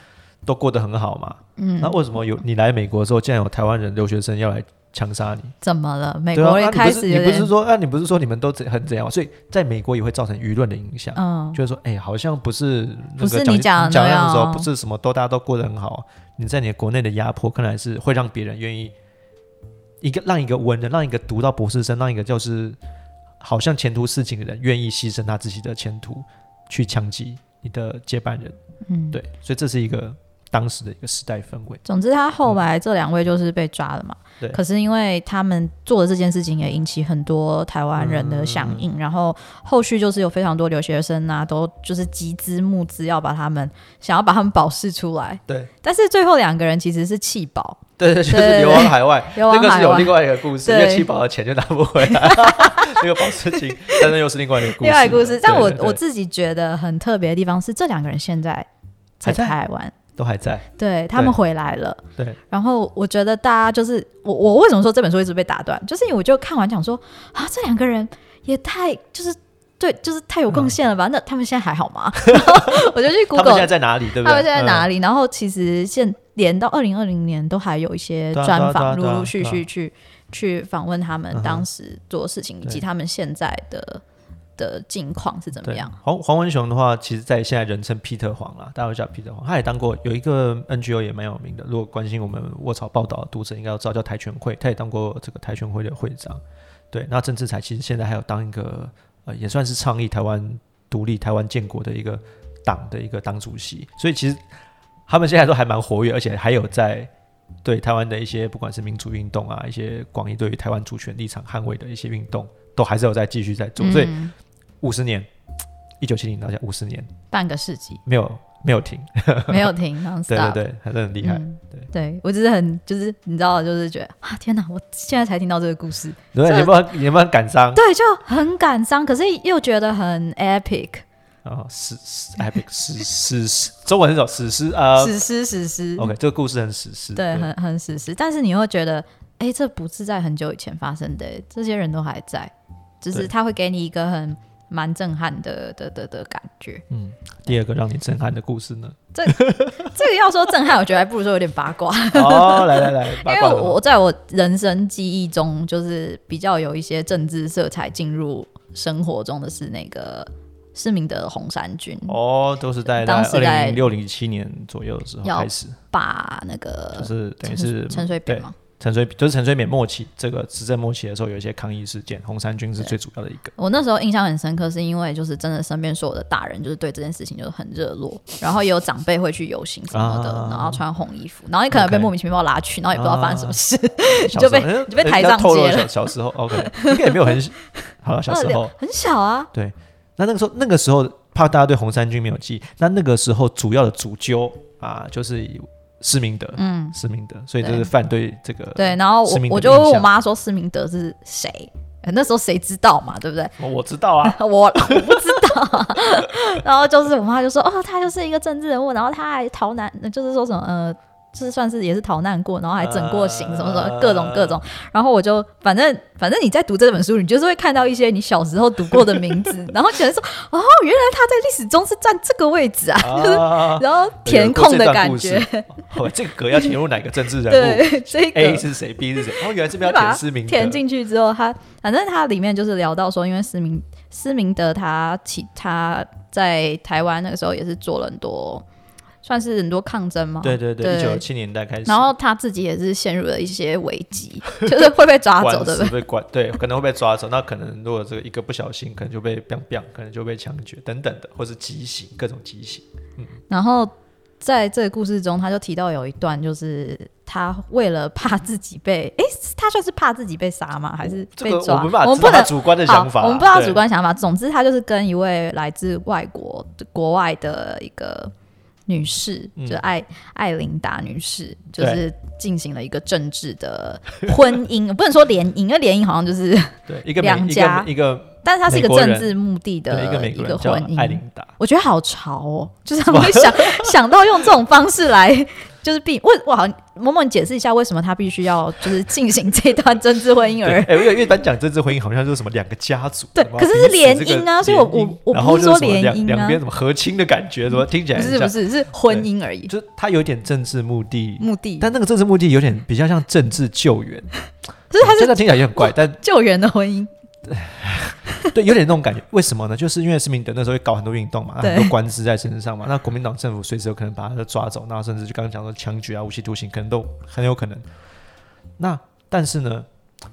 B: 都过得很好嘛？
A: 嗯
B: 那，为什么有你来美国之后，竟然有台湾人留学生要来枪杀你？
A: 怎么了？美
B: 对啊，
A: 国
B: 啊
A: 也
B: 你不
A: 开
B: 是
A: 始
B: 你
A: 有
B: 不是
A: 点，
B: 说啊，你不是说你们都怎很怎样？所以在美国也会造成舆论的影响。
A: 嗯，
B: 就是说，哎、好像不是那
A: 不是
B: 个
A: 你
B: 蒋
A: 讲的
B: 蒋那
A: 那
B: 的时
A: 样
B: 候，
A: 哦
B: 不是什么都大家都过得很好。你在你的国内的压迫，看来是会让别人愿意一个让一个文人，让一个读到博士生，让一个就是好像前途似锦的人，愿意牺牲他自己的前途去枪击你的接班人。
A: 嗯，
B: 对，所以这是一个当时的一个时代氛围。
A: 总之，他后来这两位就是被抓了嘛。
B: 对
A: 可是因为他们做的这件事情也引起很多台湾人的响应，
B: 嗯
A: 然后后续就是有非常多留学生啊，都就是集资募资要把他们想要把他们保释出来。
B: 对
A: 但是最后两个人其实是弃保，
B: 对对，就
A: 对对
B: 是流亡
A: 对
B: 海外，
A: 流亡
B: 那个是
A: 海
B: 有
A: 外
B: 另。外一个故事，因
A: 对
B: 为七宝的钱就拿不回 来，那个保释金，但是又是另外一个故事了。
A: 另外一个故事，但我
B: 对对对
A: 我自己觉得很特别的地方是，这两个人现在在
B: 还在
A: 台湾，
B: 都还在。
A: 对他们回来了。
B: 对，
A: 然后我觉得大家就是我，我为什么说这本书一直被打断，就是因为我就看完讲说啊，这两个人也太就是对，就是太有贡献了吧？那他们现在还好 吗？然后我就去
B: 嗯他们
A: Google
B: 现在在哪里？对不对？
A: 他们现在哪
B: 里？
A: 里，然后其实现连到二零二零年都还有一些
B: 对啊
A: 专
B: 对啊
A: 访，
B: 对
A: 陆
B: 啊
A: 陆续
B: 对
A: 续
B: 啊
A: 去去访问他们
B: 嗯哼
A: 当时做事情以及
B: 对
A: 他们现在的的境况是怎么
B: 对
A: 样。，
B: 黄黄文雄的话，其实在现在人称 Peter 黄啦，大家都叫 Peter 黄。他也当过有一个 NGO 也蛮有名的，如果关心我们卧槽报道的读者应该都知道，叫台拳会，他也当过这个台拳会的会长。对，那郑志才其实现在还有当一个呃，也算是倡议台湾独立、台湾建国的一个党的一个党主席，所以其实他们现在都还蛮活跃，而且还有在对台湾的一些不管是民主运动啊，一些广义对于台湾主权立场捍卫的一些运动，都还是有在继续在做。所以
A: 嗯
B: 五十年，一九七零到现在五十年
A: 半个世 纪
B: 没有没有 停，
A: 没有停 n o
B: 对对对，还是很厉害。
A: 嗯
B: 对
A: 对，我只是很就是你知道，就是觉得啊，天哪！我现在才听到这个故 事，
B: 对，
A: 这
B: 你有没有你有没有感伤
A: 对，就很感伤，可是又觉得很 epic，
B: 啊？史史 epic 史史中文是什么？史诗呃
A: 史诗史诗，
B: ，OK，这个故事很史诗。
A: 对，很很史诗。但是你又觉得，哎，这不是在很久以前发生的，这些人都还在，只是
B: 对
A: 他会给你一个很蛮震撼的的的的感觉。
B: 嗯，第二个让你震撼的故 事呢？
A: 这个要说震撼，我觉得还不如说有点八卦，
B: 哦，来来来，
A: 因
B: 八
A: 为
B: 卦
A: 我我在我人生记忆中，就是比较有一些政治色彩进入生活中的是那个施明德红衫军。
B: 哦，都是在
A: 当
B: 二
A: 时在
B: 零零六零七年左右的时候
A: 要
B: 开始，
A: 把那
B: 就
A: 个
B: 是等
A: 陈
B: 于是
A: 陈水扁
B: 对
A: 嘛，
B: 陈水就是陈水扁末期这个执政末期的时候，有一些抗议事件，红衫军是最主要 的一个。
A: 我那时候印象很深刻，是因为就是真的身边所有的大人就是对这件事情就是很热络，然后也有长辈会去游行什么的，
B: 啊
A: 然后穿红衣服，然后你可能被
B: OK 啊
A: 莫名其妙拉去，然后也不知道发生什么事，
B: 小
A: 就
B: 时候
A: 被
B: 嗯
A: 就被
B: 人
A: 抬
B: 家
A: 上
B: 透露
A: 街
B: 小
A: 了，
B: 小时候，OK，应该也没有很好了。小时候
A: 很小
B: 呃
A: 啊，
B: 那那个时候，那个时候怕大家对红衫军没有记忆，那那个时候主要的主揪啊，就是施明德，
A: 嗯，
B: 施明德，所以就
A: 对
B: 是反对这个。
A: 对，然后我
B: 施明德
A: 我
B: 的
A: 就问
B: 印
A: 我
B: 象
A: 妈说施明德是谁，呃那时候谁知道嘛，对不对？
B: 哦，我知 道啊，
A: 我我不知道， 然后就是我妈就说哦，他就是一个政治人物，然后他还逃难，就是说什么呃。就是算是也是逃难过，然后还整过刑，什么什么各种各
B: 啊
A: 种。然后我就反正反正你在读这本书，你就是会看到一些你小时候读过的名字， 然后觉得说哦，原来他在历史中是占这个位置啊，
B: 啊，
A: 然后填空的感
B: 有
A: 觉。
B: 过这段故事。哦这个要填入哪个政治人物
A: 对，这个
B: ？A 是谁？B 是谁？哦，原来这边
A: 你
B: 要
A: 把
B: 填
A: 它
B: 施明德。
A: 填进去之后，他反正他里面就是聊到说，因为施明施明德他其他在台湾那个时候也是做了很多，算是很多抗争嘛。
B: 对对对，一
A: 哦对
B: 九七年代开始，
A: 然后他自己也是陷入了一些危机，就是会被抓 走，对
B: 官
A: 不
B: 司
A: 对？
B: 被管，对，可能会被抓走。那可能如果这个一个不小心，可能就被 biang biang，可能就被枪决等等的，或是极刑，各种极刑。
A: 然后在这个故事中，他就提到有一段，就是他为了怕自己被，诶，他算是怕自己被杀吗？还是
B: 这
A: 被
B: 个
A: 抓？
B: 们把
A: 我们不能
B: 主观的
A: 好，
B: 想法啦，
A: 我们不知道
B: 对
A: 主观想法。总之，他就是跟一位来自外国国外的一个女士，
B: 嗯
A: 就艾、艾琳达女士，就是进行了一个政治的婚姻， 不能说联姻，因为联姻好像就是，
B: 对，一个美
A: 两
B: 一
A: 家
B: 个一个
A: 但是它是一个
B: 美国人
A: 政治目的的
B: 对一个美国人叫
A: 婚
B: 艾
A: 姻
B: 琳。达，
A: 我觉得好潮哦， 就是他们会想想到用这种方式来， 就是避为我好像萌萌你解释一下为什么他必须要就是进行这段政治婚姻
B: 对，
A: 而
B: 哎，因为因为咱讲政治婚姻好像就是什么两个家族，
A: 对
B: 什么
A: 可是
B: 彼
A: 是
B: 此
A: 联
B: 这个
A: 姻啊所以我我
B: 联姻
A: 我不
B: 然后
A: 是
B: 就
A: 说
B: 什么
A: 联
B: 两
A: 姻啊
B: 两边什么和亲的感觉，怎么听起来
A: 不
B: 很
A: 是不
B: 像，
A: 是是婚姻而已，
B: 就是它有点政治目的，
A: 目的
B: 但那个政治目的有点比较像政治救援，
A: 就是它
B: 真
A: 是
B: 的听起来也很怪，但
A: 救援的婚姻，
B: 对，有点那种感觉。为什么呢？ 就是因为施明德那时候会搞很多运动嘛，
A: 对
B: 很多官司在身上嘛。那国民党政府随时有可能把他抓走，那甚至就刚刚讲说枪决啊、无期徒刑，可能都很有可能。那但是呢，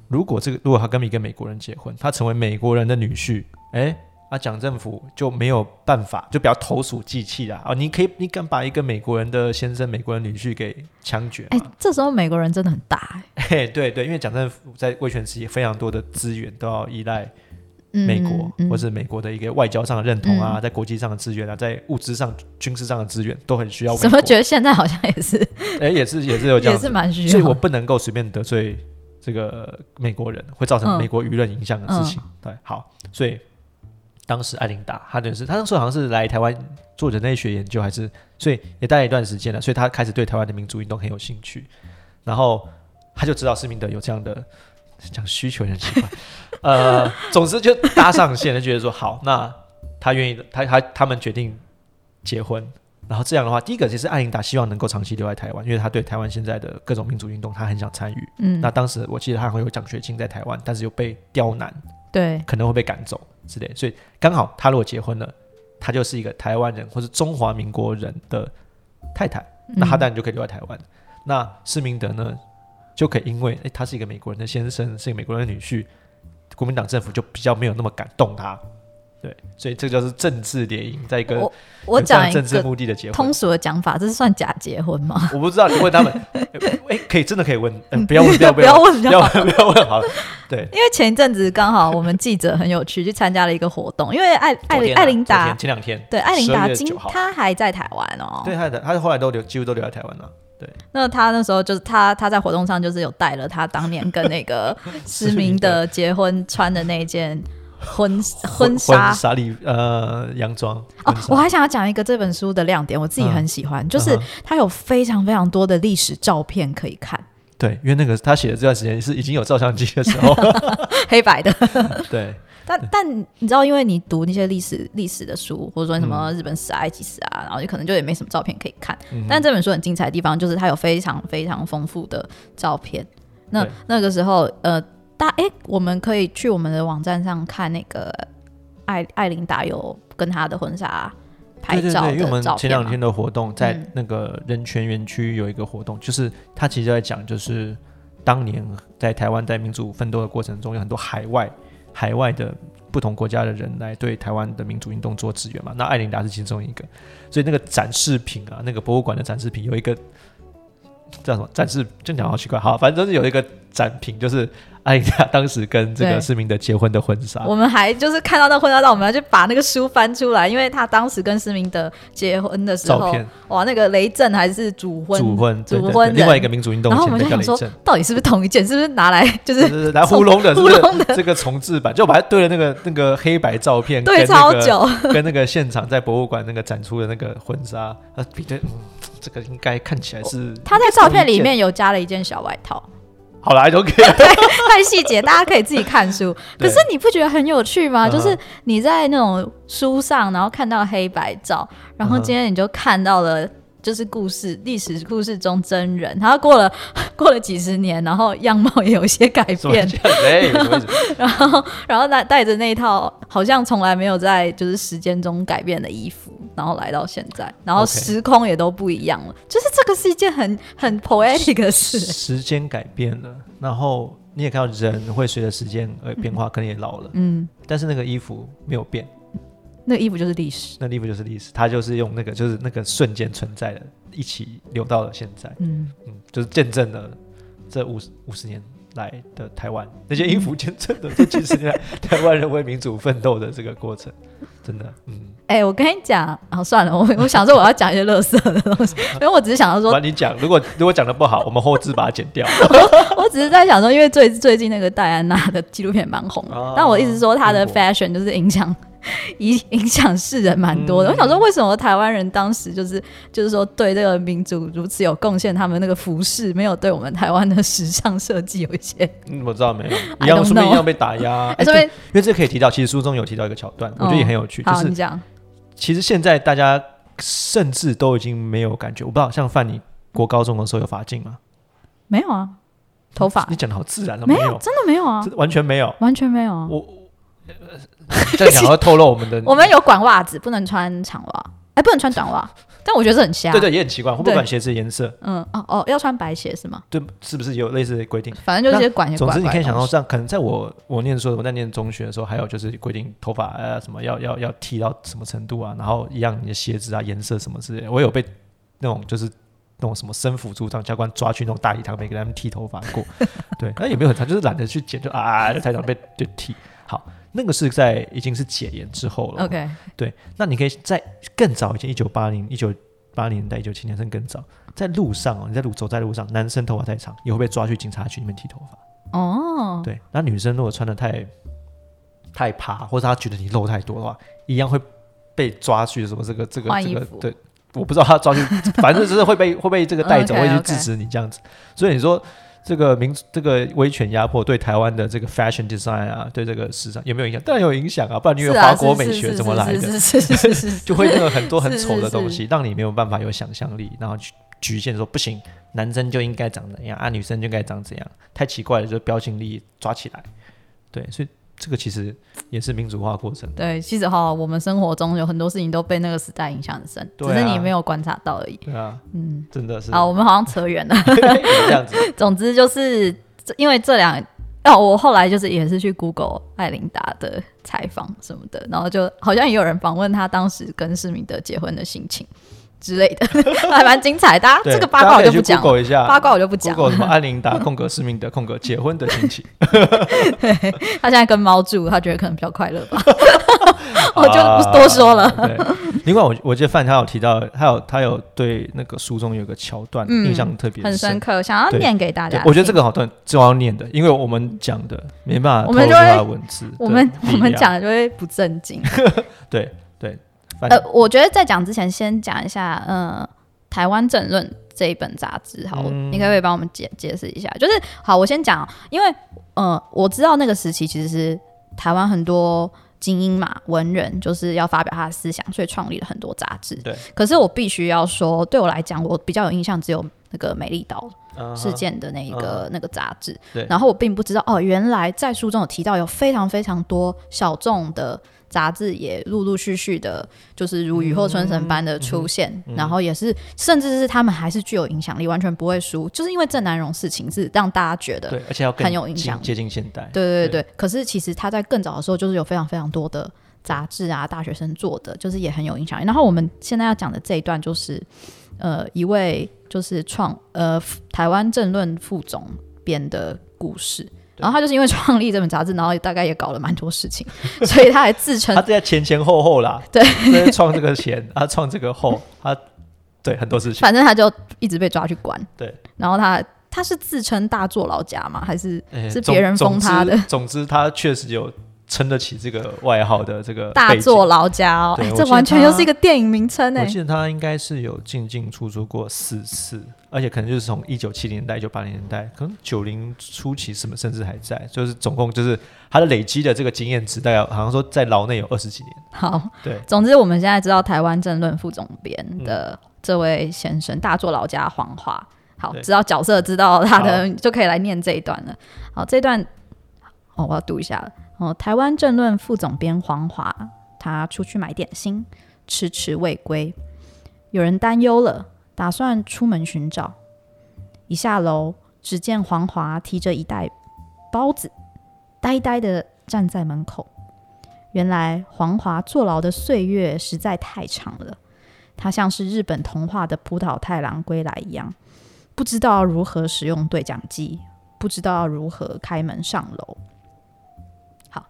B: 如果这个如果他跟一个美国人结婚，他成为美国人的女婿，哎。啊，蒋政府就没有办法，就比较投鼠忌器啦。啊，你可以，你敢把一个美国人的先生、美国人女婿给枪决
A: 哎、
B: 吗？
A: 这时候美国人真的很大、哎
B: 嘿，对对，因为蒋政府在威权时期非常多的资源都要依赖
A: 嗯
B: 美国、
A: 嗯
B: 或是美国的一个外交上的认同啊，在国际上的资源啊，在物资上、军事上的资源都很需要美
A: 怎么
B: 国。
A: 觉得现在好像也是
B: 哎、也是也是有这
A: 也
B: 样
A: 是
B: 子，
A: 蛮需
B: 所以
A: 要
B: 我
A: 的，
B: 不能够随便得罪这个美国人，会造成
A: 嗯
B: 美国舆论影响的事情。对，好，所以当时艾琳达她就是她那时候好像是来台湾做人类学研究，还是所以也待了一段时间了，所以她开始对台湾的民主运动很有兴趣，然后她就知道施明德有这样的。讲需求也很奇怪， 呃，总之就搭上线，就觉得说好，那他愿意，他他他们决定结婚，然后这样的话，第一个其实艾琳达希望能够长期留在台湾，因为她对台湾现在的各种民主运动，她很想参与。
A: 嗯
B: 那，当时我记得她好像有奖学金在台湾，但是又被刁难，
A: 对，
B: 可能会被赶走之类，所以刚好她如果结婚了，她就是一个台湾人或是中华民国人的太太，
A: 嗯
B: 那她当然就可以留在台湾。那施明德呢，就可以因为诶哎他是一个美国人的先生，是一个美国人的女婿，国民党政府就比较没有那么敢动他。对，所以这就是政治联姻，在一个
A: 我我
B: 有这样
A: 讲一
B: 政治
A: 个
B: 目的的结婚。
A: 通俗的讲法，这是算假结婚吗？
B: 我不知道，你问他们，哎、哎可以真的可以问，呃 不要问，不要
A: 不
B: 不要
A: 要
B: 问，
A: 问
B: 不
A: 就
B: 要
A: 好。
B: 问，不要问好了。对，
A: 因为前一阵子刚好我们记者很有趣，去参加了一个活动，因为艾艾
B: 昨天啊
A: 艾琳
B: 昨
A: 达
B: 天前两天，
A: 对艾琳
B: 12
A: 达
B: 月
A: 今
B: 9号
A: 她还在台湾哦，
B: 对他的，他后来都留，几乎都留在台湾了。
A: 那她那时候就是她她在活动上就是有带了她当年跟那 个
B: 施
A: 施
B: 明
A: 明德结婚穿的那件婚婚纱
B: 婚纱礼呃洋装
A: 哦
B: 婚，纱
A: 我还想要讲一个这本书的亮点，我自己
B: 嗯
A: 很喜欢，就是
B: 嗯哼
A: 它有非常非常多的历史照片可以看，
B: 对，因为那个他写的这段时间是已经有照相机的时 候，
A: 黑白的。
B: 对
A: 但但你知道，因为你读那些历史历史的书，或者说你什
B: 嗯
A: 么日本史啊、埃及史啊，然后就可能就也没什么照片可以看。但这本书很精彩的地方就是它有非常非常丰富的照片。那
B: 对
A: 那个时候，呃，大哎、我们可以去我们的网站上看那个艾艾琳达有跟她的婚纱拍
B: 对对
A: 照
B: 对，因为我
A: 的
B: 们
A: 照片
B: 前两
A: 嘛。
B: 天的活动在
A: 嗯
B: 那个人权园区有一个活动，就是他其实在讲就是当年在台湾在民主奋斗的过程中，有很多海外海外的不同国家的人来对台湾的民主运动做支援嘛。那艾琳达是其中一个，所以那个展示品啊，那个博物馆的展示品有一个叫什么展示，真讲好奇怪，好，反正就是有一个展品，就是艾琳达当时跟这个
A: 对
B: 市民的结婚的婚纱。
A: 我们还就是看到那婚纱照，我们还去把那个书翻出来，因为他当时跟施明德结婚的时
B: 照
A: 候
B: 片，
A: 哇，那个雷震还是主婚，
B: 主婚，对
A: 主
B: 对对
A: 婚人
B: 另外一个民主运动
A: 然后我
B: 前
A: 们
B: 的
A: 就
B: 叫
A: 想
B: 雷
A: 说
B: 震，，
A: 到底是不是同一件？是不是拿来就是
B: 是来糊弄的，
A: 糊弄
B: 这个
A: 的
B: 这个重置版， 就把它对了那个那个黑白照片，
A: 对超，久？
B: 跟那个现场在博物馆那个展出的那个婚纱，呃，比对，嗯这个应该看起来是
A: 哦他在照片里面有加了一件小外套，
B: 好啦 o k
A: 太细节，大家可以自己看书。可
B: 对
A: 是你不觉得很有趣吗？
B: 嗯哼
A: 就是你在那种书上，然后看到黑白照，然后
B: 嗯哼
A: 今天你就看到了。就是故事，历史故事中真人，然后过了过了几十年，然后样貌也有一些改
B: 怎么这
A: 变
B: 样，子？哎，什么意思
A: 然后然后带带着那一套好像从来没有在就是时间中改变的衣服，然后来到现在，然后
B: OK
A: 时空也都不一样了。就是这个是一件很很 poetic 的 事。
B: 时间改变了，然后你也看到人会随着时间而变化，可能也老了，
A: 嗯，
B: 但是那个衣服没有变，
A: 那个衣服就是历史。
B: 那衣服就是历史，它就是用那个就是那个瞬间存在的，一起流到了现在。
A: 嗯，
B: 嗯，就是见证了这五十五十年来的台湾，
A: 嗯
B: 那些音符见证了这几十年来台湾人为民主奋斗的这个过程，真的，嗯，
A: 哎、我跟你讲，哦，算了，我我想说我要讲一些乐色的东西，因为我只是想要说
B: 管你讲，如果如果讲的不好，我们后置把它剪 掉。
A: 我只是在想说，因为最最近那个戴安娜的纪录片蛮红的，
B: 哦
A: 但我一直说她的
B: 英国
A: fashion 就是影响。影影响世人蛮多的，
B: 嗯
A: 我想说，为什么台湾人当时就是就是说对这个民族如此有贡献，他们那个服饰没有对我们台湾的时尚设计有一些，
B: 嗯，我知道没有，
A: I
B: 一样
A: don't
B: 说不定
A: know
B: 一样被 打压。哎
A: 哎所
B: 对
A: 以哦
B: 因为这可以提到，其实书中有提到一个桥段，我觉得也很有趣，就
A: 好，
B: 是
A: 你讲，
B: 其实现在大家甚至都已经没有感觉，我不知道像范你国高中的时候有发镜吗？
A: 没有啊，头发
B: 你讲的好自然了，
A: 没
B: 有，
A: 真的没有啊
B: 这，完全 没有。
A: 完全没有啊。，
B: 我呃这样讲要透露我们的
A: 我们有管袜子，不能穿长袜，哎、不能穿短 袜，但我觉得这很瞎。
B: 对对也很奇怪，会不会
A: 对
B: 管鞋子的颜色？
A: 嗯，哦哦，要穿白鞋是吗？
B: 对，是不是有类似的规定？
A: 反正就是管一些
B: 总
A: 管。
B: 之，你可以想到这样，可能在我我念书的时候，我在念中学的时候，还有就是规定头发呃什么要要要剃到什么程度啊，然后一样你的鞋子啊颜色什么之类的，我有被那种就是那种什么生辅组长教官抓去那种大礼堂，没给他们剃头发 过，对，那也没有很长，就是懒得去剪，就啊在台上被就剃。好，那个是在已经是解严之后了
A: OK，
B: 对，那你可以在更早以前，一九八零、一九八零年代、一九七年甚至更早，在路上哦，你在路走在路上，男生头发太长也会被抓去警察局里面剃头发。
A: 哦，
B: 对，那女生如果穿的太太趴，或者她觉得你露太多的话，一样会被抓去什么这个这个
A: 换
B: 这
A: 衣
B: 个
A: 服
B: 对。我不知道她抓去，反正就是会被会被这 个带走，会
A: OK，OK
B: 去制止你这样子。所以你说这个民这个威权压迫对台湾的这个 fashion design 啊，对这个时尚有没有影响？当然有影响啊，不然你以
A: 是
B: 为
A: 啊，
B: 华国
A: 是
B: 美
A: 是
B: 学
A: 是
B: 怎么来的？
A: 是是是是是 是
B: 就会那个很多很
A: 是
B: 丑的
A: 是
B: 东西，让你没有办法有想象力，然后去局限说不行，男生就应该长怎样啊，女生就应该长怎样，太奇怪了，就标新立异抓起来。对，所以这个其实也是民主化过程。
A: 对，其实哈，我们生活中有很多事情都被那个时代影响很深，只
B: 对啊
A: 是你没有观察到而已。
B: 对啊，
A: 嗯，
B: 真的是
A: 好，我们好像扯远了。
B: 这样子。
A: 总之就是这因为这两。哦，我后来就是也是去 Google 艾琳达的采访什么的，然后就好像也有人访问她当时跟施明德结婚的心情之类的， 还蛮精彩的啊。
B: 对
A: 这个八卦我就不
B: 大家可以去
A: 讲了，
B: Google 一下，
A: 八卦我就不讲了。
B: Google 什么安琳达、空格、施明德、空格结婚的 亲戚，
A: 他现在跟猫住，他觉得可能比较快乐吧。 我就不多说了。
B: 啊对，另外我我记得范他有提到，他有他有对那个书中有个桥段
A: 嗯
B: 印象特别
A: 很
B: 深
A: 深，刻，想要
B: 对
A: 念给大
B: 对
A: 家，。
B: 我觉得这，个好像就要念的，因为我们讲的没办法
A: 我们
B: 透
A: 就
B: 露出
A: 会
B: 它的文字。
A: 我们
B: 对
A: 我们
B: 力量
A: 讲的就会不正经。
B: 对对，反
A: 呃，我觉得在讲之前，先讲一下，呃，台湾政论这一本杂志，好，
B: 嗯
A: 你可不可以帮我们解解释一下？就是好，我先讲，哦因为呃，我知道那个时期其实是台湾很多。精英嘛，文人就是要发表他的思想，所以创立了很多杂志。
B: 对，
A: 可是我必须要说，对我来讲，我比较有印象只有那个《美丽岛》
B: 嗯
A: 事
B: 哼
A: 件的那一个、那个杂志
B: 对，
A: 然后我并不知道哦，原来在书中有提到有非常非常多小众的杂志也陆陆续续的，就是如雨后春笋般的出现，然后也是甚至是他们还是具有影响力，完全不会输，就是因为郑南榕事情是让大家觉得
B: 对，而且要更
A: 很有影
B: 近
A: 响
B: 接近现代。
A: 对对对，可是其实他在更早的时候，就是有非常非常多的杂志啊，大学生做的，就是也很有影响力。然后我们现在要讲的这一段，就是呃一位就是创呃台湾政论副总编的故事。然后他就是因为创立这本杂志，然后大概也搞了蛮多事情， 所以他还自称
B: 他在前前后后啦，
A: 对，
B: 创这个前， 他创这个后，他对很多事情，
A: 反正他就一直被抓去关。
B: 对，
A: 然后他他是自称大坐牢家吗？还是
B: 哎
A: 是
B: 总
A: 别人封他的
B: 总之总之，他确实有撑得起这个外号的这个
A: 大
B: 背景
A: 坐。牢家哦？
B: 呃对
A: 哎
B: 我
A: 这
B: 记得
A: 完全
B: 他
A: 又是一个电影名称
B: 我
A: 哎。
B: 记得他应该是有进进出出过四次，而且可能就是从一九七零年代、一九八零年代，可能九零初期什么甚至还在，就是总共就是他的累积的这个经验值，大概好像说在牢内有二十几年。
A: 好，
B: 对，
A: 总之，我们现在知道台湾政论副总编的这位先生，大作老家黄华。好，
B: 对
A: 知道角色，知道他的，就可以来念这一段了。好，这一段哦，我要读一下了。哦，台湾政论副总编黄华，他出去买点心，迟迟未归，有人担忧了，打算出门寻找。一下楼，只见黄华提着一袋包子，呆呆的站在门口。原来黄华坐牢的岁月实在太长了，他像是日本童话的浦岛太郎归来一样，不知道如何使用对讲机，不知道要如何开门上楼。好，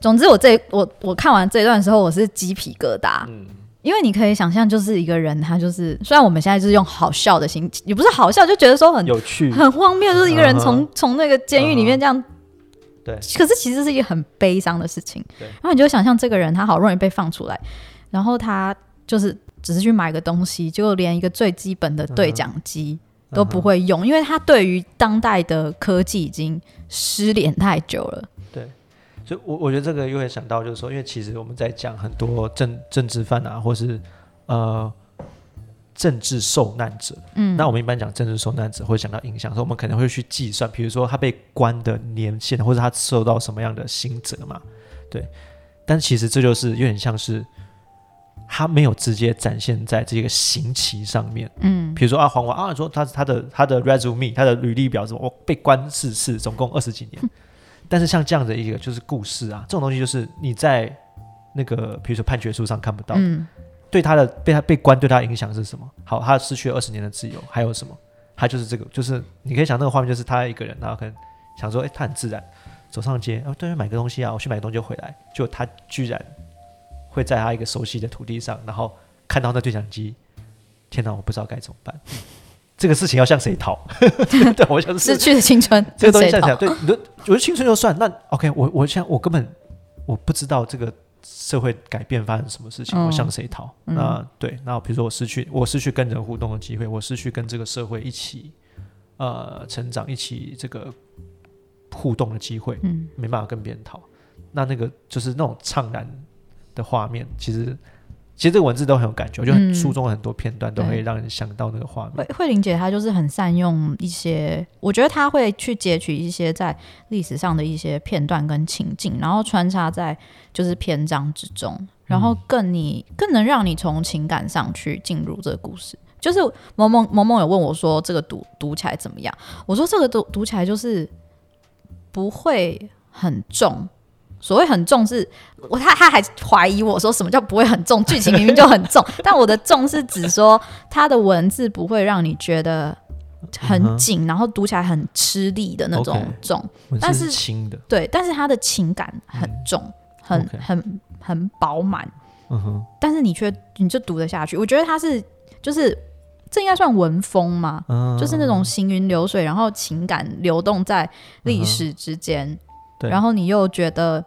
A: 总之我这我我看完这一段的时候，我是鸡皮疙瘩，
B: 嗯
A: 因为你可以想象，就是一个人他就是，虽然我们现在就是用好笑的心情，也不是好笑，就觉得说很
B: 有趣，
A: 很荒谬，就是一个人
B: 嗯
A: 从从、那个监狱里面这样
B: 对，
A: 可是其实是一件很悲伤的事情。
B: 对嗯
A: 然后你就想象这个人，他好不容易被放出来，然后他就是只是去买个东西，就连一个最基本的对讲机
B: 嗯
A: 都不会用，因为他对于当代的科技已经失联太久了。
B: 所以我我觉得这个又会想到，就是说，因为其实我们在讲很多政政治犯啊，或是呃政治受难者，
A: 嗯，
B: 那我们一般讲政治受难者会想到影响，所以我们可能会去计算，比如说他被关的年限，或者他受到什么样的刑责嘛，对。但其实这就是有点像是他没有直接展现在这个刑期上面，
A: 嗯
B: 比如说啊，黄华啊，说他他的他的 resume，他的履历表什么，我被关四次，总共二 十几年。但是像这样的一个就是故事啊，这种东西就是你在那个比如说判决书上看不到，
A: 嗯
B: 对他的被他被关对他的影响是什么？好，他失去了二十年的自由，还有什么？他就是这个，就是你可以想那个画面，就是他一个人，然后可能想说，哎、他很自然走上街，哦，对面买个东西啊，我去买个东西就回来，就他居然会在他一个熟悉的土地上，然后看到那对讲机，天哪，我不知道该怎么办。这个事情要向谁讨？ 对，我想
A: 失
B: 是
A: 去的青春，
B: 这个东西
A: 谁
B: 向谁
A: 懂
B: 讨？对，你的我觉得青春就算，那 OK，我我现在我根本我不知道这个社会改变发生什么事情，
A: 嗯
B: 我向谁讨？
A: 嗯
B: 那对，那比如说我失去我失去跟人互动的机会，我失去跟这个社会一起呃成长、一起这个互动的机会，
A: 嗯，
B: 没办法跟别人讨。那那个就是那种怅然的画面，其实其实这个文字都很有感觉，我觉得很
A: 嗯
B: 书中很多片段都
A: 对
B: 会让人想到那个画面。
A: 慧慧玲姐她就是很善用一些，我觉得她会去截取一些在历史上的一些片段跟情境，然后穿插在就是篇章之中，然后更你更能让你从情感上去进入这个故事。就是萌萌萌萌有问我说这个读读起来怎么样，我说这个读读起来就是不会很重。所谓很重是，我他他还怀疑我说什么叫不会很重，剧情明明就很 重，但我的重是指说它的文字不会让你觉得很紧，然后读起来很吃力的那种
B: 嗯 OK
A: 重。
B: 文字
A: 但
B: 是
A: 是
B: 轻的，
A: 对，但是它的情感很重，很
B: OK
A: 很很饱满，
B: 嗯哼，
A: 但是你却你就读得下去。我觉得它是就是这应该算文风吗？
B: 嗯，
A: 就是那种行云流水，然后情感流动在历史之间，
B: 对
A: 然后你又觉得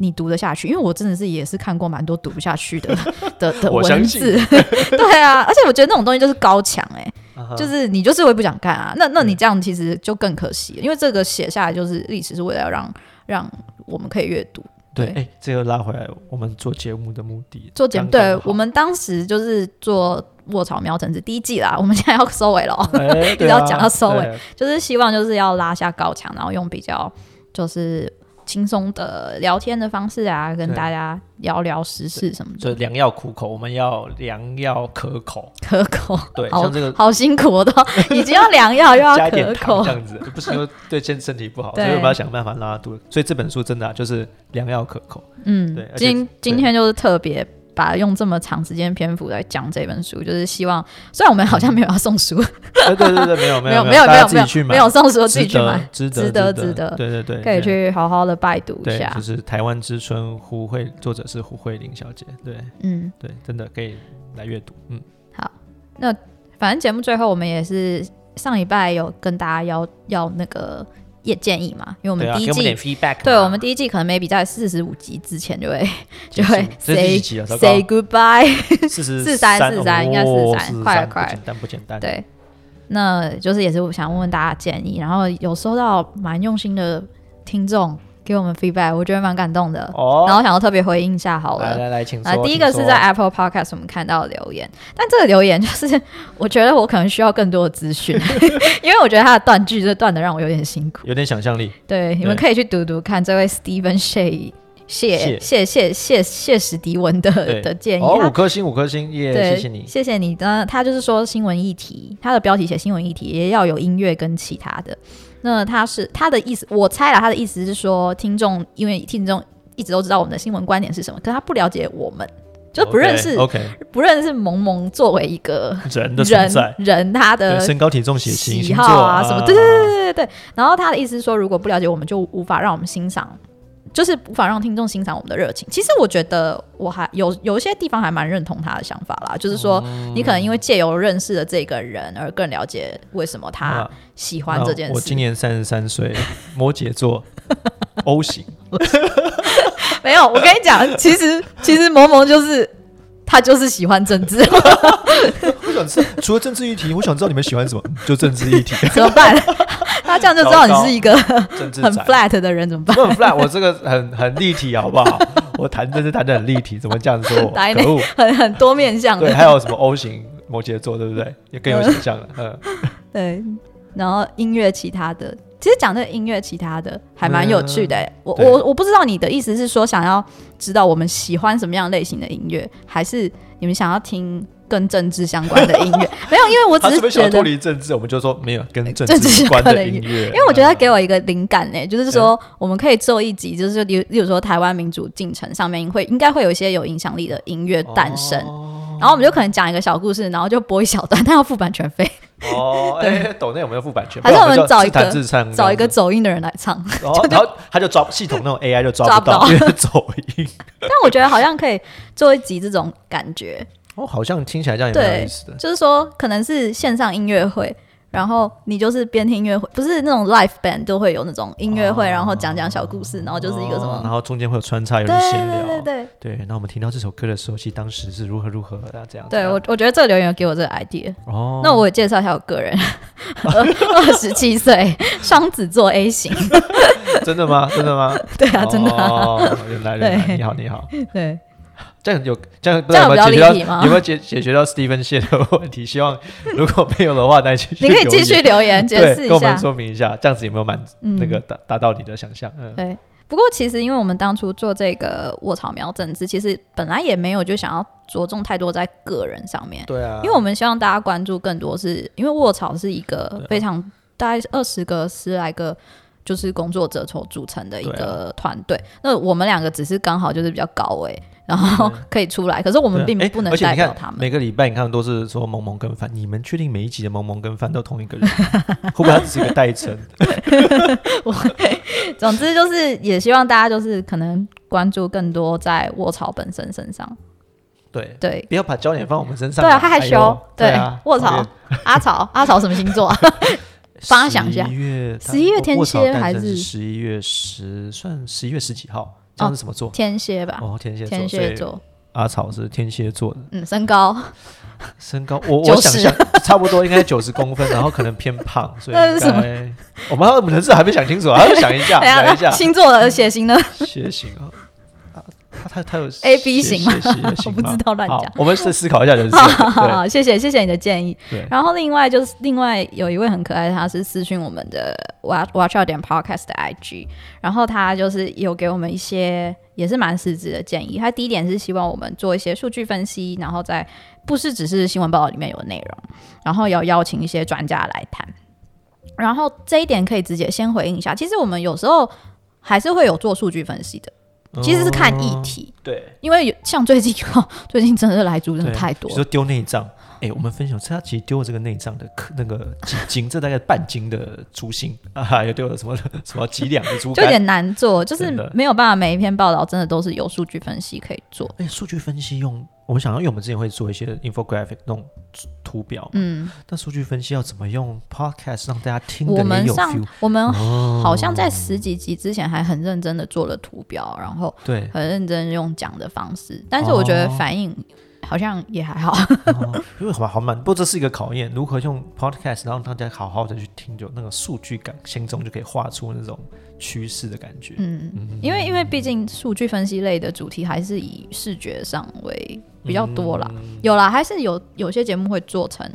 A: 你读得下去，因为我真的是也是看过蛮多读不下去 的的的
B: 我相
A: 文
B: 信
A: 字， 对啊，而且我觉得那种东西就是高墙哎、
B: 嗯哼
A: 就是你就是会不想看啊，那那你这样其实就更可惜了，因为这个写下来就是历史是为了要让让我们可以阅读。
B: 对，哎、
A: 对
B: 这又拉回来我们做节目的目的。
A: 做节目，
B: 刚刚
A: 对
B: 好
A: 我，们当时就是做《卧槽苗城子》第一季啦，我们现在要收尾了哦，
B: 哎、对
A: 一直要
B: 啊
A: 讲到收尾
B: 对
A: 就是希望就是要拉下高墙，然后用比较就是轻松的聊天的方式啊，跟
B: 对
A: 大家聊聊时事什么
B: 所以
A: 的，
B: 良药苦口，我们要良药可口。
A: 可口。
B: 对，
A: 好
B: 像这个
A: 好辛苦，哦我都已经要良药又要
B: 加一点
A: 可
B: 糖
A: 口
B: 这，样子，不是又对身身体不好，所
A: 对
B: 以我们要想办法拉肚。所以这本书真的、啊、就是良药可口。
A: 嗯
B: 对而，且
A: 今今天就是特别把用这么长时间篇幅来讲这本书，就是希望虽然我们好像没有要送书，
B: 哎对对对，没有
A: 没
B: 有
A: 有
B: 没
A: 没有
B: 大
A: 没
B: 家
A: 有
B: 自
A: 没
B: 己去
A: 有
B: 买，
A: 没有送书，自
B: 值
A: 己去买
B: 得，值
A: 值
B: 得
A: 得值得
B: 对对对，
A: 可以去好好的拜读一
B: 对。对，
A: 下
B: 就。是台湾之春，胡慧作者是胡慧玲小姐，对
A: 嗯，
B: 对，真的可以来阅读，嗯，
A: 反正节目最后我们也是上礼拜有跟大家要要那个也建议嘛，因为我们
B: 对啊，
A: 第
B: 给
A: 一
B: 我们
A: 季
B: 点 feedback，
A: 对，
B: 嘛
A: 我们第一季可能 maybe 在四十五集之前就会
B: 结
A: 就
B: 束
A: 会
B: 这是第
A: say
B: 几集啊？糟糕
A: say goodbye。
B: 四十
A: 43
B: 哦
A: 43应该43
B: 43
A: 快快
B: 不简单不简单？
A: 对，那就是也是想问问大家建议，然后有收到蛮用心的听众给我们 feedback，我觉得蛮感动的，然
B: 哦，
A: 后想要特别回应一下好
B: 来
A: 了。
B: 来来，请
A: 啊，
B: 说。
A: 第一个
B: 请
A: 是
B: 说
A: 在 Apple Podcast 我们看到的留言，但这个留言 就是我觉得我可能需要更多的资讯， 因为我觉得他的断句就断的让我有点辛苦。
B: 有点想象力，
A: 对，你们
B: 对
A: 可以去读读看这位 Steven Shea 谢
B: 谢
A: 谢谢谢谢史迪文
B: 对
A: 的的建议。
B: 哦，
A: 他
B: 五颗星，五颗星，耶，
A: 对，
B: 谢谢你。
A: 谢谢你。那他就是说新闻议题，他的标题写新闻议题，也要有音乐跟其他的。那他是他的意思，我猜了他的意思是说，听众因为听众一直都知道我们的新闻观点是什么，可他不了解我们，就不认识
B: OK，, o
A: 不认识萌萌作为一个
B: k 人的存
A: 人
B: 在，
A: 人他
B: 对
A: 的
B: 身高体重血型
A: 喜
B: 星
A: 好
B: 座
A: 啊什么，对对对对
B: 啊
A: 对对。然后他的意思是说，如果不了解，我们就无法让我们欣赏，就是无法让听众欣赏我们的热情。其实我觉得我还有有一些地方还蛮认同他的想法啦，就是说
B: 哦
A: 你可能因为借由认识了这个人而更了解为什么他
B: 啊
A: 喜欢这件
B: 那我
A: 事
B: 今。年三十三岁，摩羯座，O 型，
A: 没有，我跟你讲，其实 其实萌萌就是他就是喜欢政治，
B: 我想知道，除了政治议题，我想知道你们喜欢什么，嗯就政治议题，
A: 怎么办？ 他这样就知道你是一个
B: 政治
A: 很
B: 宅
A: flat 的人，怎么办？
B: 我很 flat，我这个很很立体，好不好？我谈政治谈的很立体，怎么这样说我？
A: 呆
B: 可恶！
A: 很很多面向
B: 对，
A: 的，
B: 还有什么 O 型摩羯座，对不对？也更有形象了。嗯，
A: 对，然后音乐其他的，其实讲这个音乐其他的还蛮有趣的、欸。我
B: 嗯对
A: 我我不知道你的意思是说想要知道我们喜欢什么样类型的音乐，还是你们想要听跟政治相关的音 乐？没有，因为 我只
B: 他是不
A: 是
B: 是想
A: 觉得
B: 要脱。离政治？我们就说没有跟政
A: 政治
B: 治有关
A: 相关
B: 的
A: 的
B: 音
A: 音
B: 乐，因
A: 因为我觉得他给我一个灵感呢、欸就是说我们可以做一集，就是例如例如说台湾民主进程上面会应该会有一些有影响力的音乐
B: 嗯
A: 诞生，
B: 哦
A: 然后我们就可能讲一个小故事，然后就播一小段，但要付版权费，
B: 哦，哎，抖内有没有付版权？
A: 还是
B: 不然
A: 我们
B: 就
A: 找一
B: 自弹
A: 个
B: 自唱，
A: 找一个，走音的人来唱。
B: 然后哦然后他就抓系统那种 AI 就抓
A: 抓
B: 不
A: 不
B: 到，
A: 到
B: 因为走音。
A: 但我觉得好像可以做一集这种感觉，
B: 哦，好像听起来这样也蛮有
A: 对
B: 意思的，。
A: 就是说可能是线上音乐会，然后你就是边听音乐会，不是那种 live band 都会有那种音乐会，然后讲讲小故事，然后就是一个什
B: 哦
A: 么，
B: 然后中间会有穿插，有
A: 对
B: 人闲
A: 对对
B: 聊。
A: 对
B: 对，那我们听到这首歌的时候，其实当时是如何如何的这样。
A: 对，
B: 这样
A: 我我觉得这个留言有给我这个 idea，、
B: 哦，
A: 那我也介绍一下我个人， 二十七岁，双子座 A 型，
B: 真的吗？真的吗？
A: 对啊，真的啊、
B: 哦，原来原来，
A: 对
B: 你好你好，
A: 对，
B: 这样有这样不
A: 这样
B: 知道有没有
A: 比
B: 解
A: 较立
B: 决
A: 体吗
B: 到有没有解解决到 Steven 谢的问题？希望如果没有 的话，那继续
A: 你可以
B: 留
A: 继
B: 言
A: 续留言解
B: 对
A: 释
B: 跟
A: 一
B: 我们
A: 下，
B: 说明一下，这样子有没有满
A: 嗯
B: 那个达达到你的想象？嗯，
A: 对，不过其实因为我们当初做这个卧草苗政治，其实本来也没有就想要着重太多在个人上面，
B: 对啊
A: 因为我们希望大家关注更多是因为卧草是一
B: 啊
A: 个非常大概二十个十来个。就是工作者所组成的一
B: 啊
A: 个团队，那我们两个只是刚好就是比较高位，然后
B: 嗯
A: 可以出来，可是我
B: 我
A: 们并不
B: 哎
A: 能代表他们。
B: 每个礼拜你看都是说萌萌跟范，你们确定每一集的萌萌跟范都同一个 人？会不会他只是一个代称？
A: 总之就是也希望大家就是可能关注更多在卧草本身身上，
B: 对，
A: 对，
B: 不要把焦点放我们身上
A: 对
B: 啊。
A: 啊他害羞
B: 哎呦对
A: 对
B: 啊，
A: 卧槽阿草，阿草什么星座 啊？帮他想一下
B: 11月它
A: 11月
B: 卧
A: 天
B: 卧槽
A: 蝎
B: 诞
A: 还
B: 生
A: 是哦
B: 十一月十，算十一月十几号？这样是什么座？
A: 天蝎吧，
B: 哦，天蝎座。
A: 天蝎
B: 所以
A: 座，
B: 阿草是天蝎座的，
A: 嗯，身高，
B: 身 高我我
A: 90
B: 想象差不多应该九十公分，然后可能偏胖，所以
A: 那
B: 应
A: 是什么哎
B: 该 我们还有人事还没想清楚，啊还要想一 下，
A: 等下
B: 想一下
A: 星座的血型呢？
B: 血型啊。啊他他他有
A: A B
B: 血
A: 型吗
B: 血型的
A: 我
B: 型
A: 不
B: 吗
A: 知道乱
B: 好
A: 讲
B: 我们再思考一下 人事。
A: 好好好，谢谢谢谢你的建议。
B: 对对，
A: 然后另外就是另外有一位很可爱的，他是私讯我们的 Watch Watch Out 点 Podcast 的 IG，然后他就是有给我们一些也是蛮实质的建议。他第一点是希望我们做一些数据分析，然后在不是只是新闻报道里面有的内容，然后要邀请一些专家来谈。然后这一点可以直接先回应一下，其实我们有时候还是会有做数据分析的，其实是看议
B: 嗯
A: 题。
B: 对。
A: 因为有像最近， 最近真的是来猪真的
B: 对
A: 太多
B: 比如
A: 了
B: 说丢内脏，哎、我们分享，他其实丢了这个内脏的克那个几斤，这大概半斤的猪心啊，又丢了什么什么几两的猪
A: 就有
B: 肝。
A: 点难做，就是
B: 真的
A: 没有办法每一篇报道真的都是有数据分析可以做。
B: 哎、数据分析用我们想要，因为我们之前会做一些 infographic 那种图表，
A: 嗯，
B: 但数据分析要怎么用 podcast 让大家听
A: 我
B: 的也
A: 们
B: 有
A: 上
B: feel？
A: 我们
B: 哦
A: 好像在十几集之前还很认真的做了图表，然后，
B: 对
A: 很认真用讲的方式，但是我觉得反应好像也还好。
B: 哦因为好好慢，不过这是一个考验，如何用 podcast 让大家好好的去听，就那个数据感，心中就可以画出那种趋势的感觉。
A: 嗯，因为因为毕竟数据分析类的主题还是以视觉上为比较多啦，
B: 嗯
A: 有啦，还是有有些节目会做成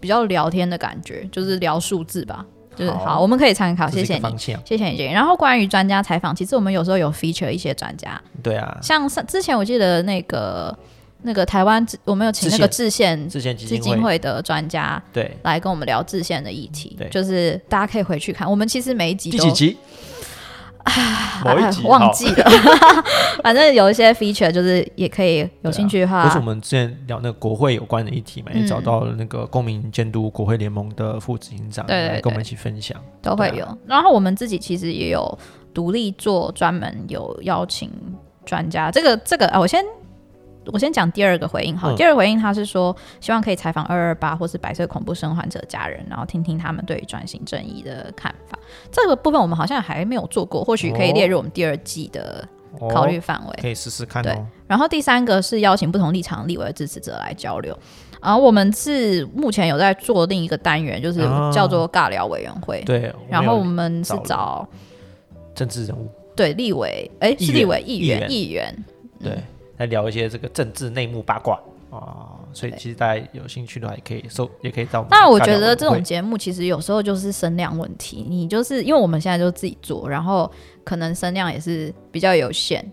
A: 比较聊天的感觉，就是聊数字吧。就是
B: 好
A: 好，我们可以参考，
B: 这
A: 谢
B: 是一
A: 谢
B: 个
A: 你。
B: 方向。
A: 谢谢你建议。然后关于专家采访，其实我们有时候有 feature 一些专家，
B: 对啊，
A: 像上之前我记得那个那个台湾之，我们有请那个制宪
B: 之前基
A: 嗯基
B: 金
A: 金
B: 会
A: 会的专家
B: 对
A: 来跟我们聊制宪的议题
B: 对，
A: 就是大家可以回去看，我们其实每一集
B: 第
A: 都
B: 几集？某一
A: 哎
B: 集
A: 忘
B: 好
A: 记 了，反正有一些 feature 就是也可以
B: 啊
A: 有兴趣的话，
B: 或是我们之前聊那个国会有关的议题嘛，也找
A: 啊嗯
B: 到了那个公民监督国会联盟的副执行长
A: 对对
B: 来跟我
A: 对
B: 们一起分享。
A: 都会
B: 对啊
A: 有。然后我们自己其实也有独立做专门有邀请专家，这个这个啊，我先。我先讲第二个回应好，
B: 嗯
A: 第二个回应他是说，希望可以采访二二八或是白色恐怖生还者家人，然后听听他们对于转型正义的看法。这个部分我们好像还没有做过，或许可以列入我们第二季的
B: 哦
A: 考虑范围。
B: 可以试试看
A: 对
B: 哦。
A: 然后第三个是邀请不同立场立委的支持者来交流。然后我们是目前有在做另一个单元，就是
B: 啊
A: 叫做尬聊委员会。
B: 对，
A: 然
B: 们
A: 后
B: 有
A: 我们是
B: 找了
A: 找
B: 政治人物
A: 对立委，哎，
B: 议
A: 是
B: 员
A: 立委、议
B: 议
A: 员、
B: 员
A: 议员，
B: 对来聊一些这个政治内幕八卦啊，所以其实大家有兴趣的话，也可以搜，也可以到们的
A: 当然，我
B: 尬聊
A: 觉
B: 委
A: 得
B: 员
A: 这种
B: 会
A: 节目其实有时候就是哦声量问题，你就是因为我们现在就自己做，然后可能声量也是比较有限，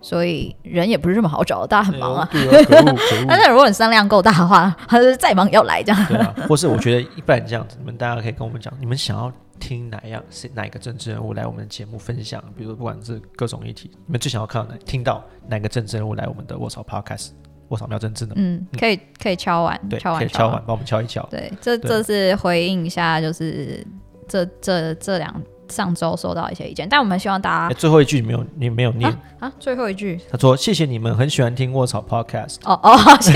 A: 所以人也不是这么好找，大家很忙啊。
B: 哎呦对啊，可恶可 恶
A: 但是如果你声量够大的话，他就是再忙也要来这样。
B: 对啊，或是我觉得一般这样子，你们大家可以跟我们讲，你们想要听哪样是哪一个政治人物来我们的节目分享，比如不管是各种议题，你们最想要看到哪听到哪个政治人物来我们的卧槽 Podcast 卧槽妙政治呢？
A: 嗯， 可以可以敲完，嗯
B: 对，
A: 敲
B: 可
A: 完，
B: 以敲碗，帮我们敲一敲。
A: 对，这
B: 对
A: 这是回应一下，就是这这这两上周收到一些意见，但我们希望大
B: 哎，
A: 家
B: 最后一句你没有，你没有念。
A: 啊，最后一句
B: 他说：“谢谢你们，很喜欢听卧槽 Podcast，
A: 哦哦， 谢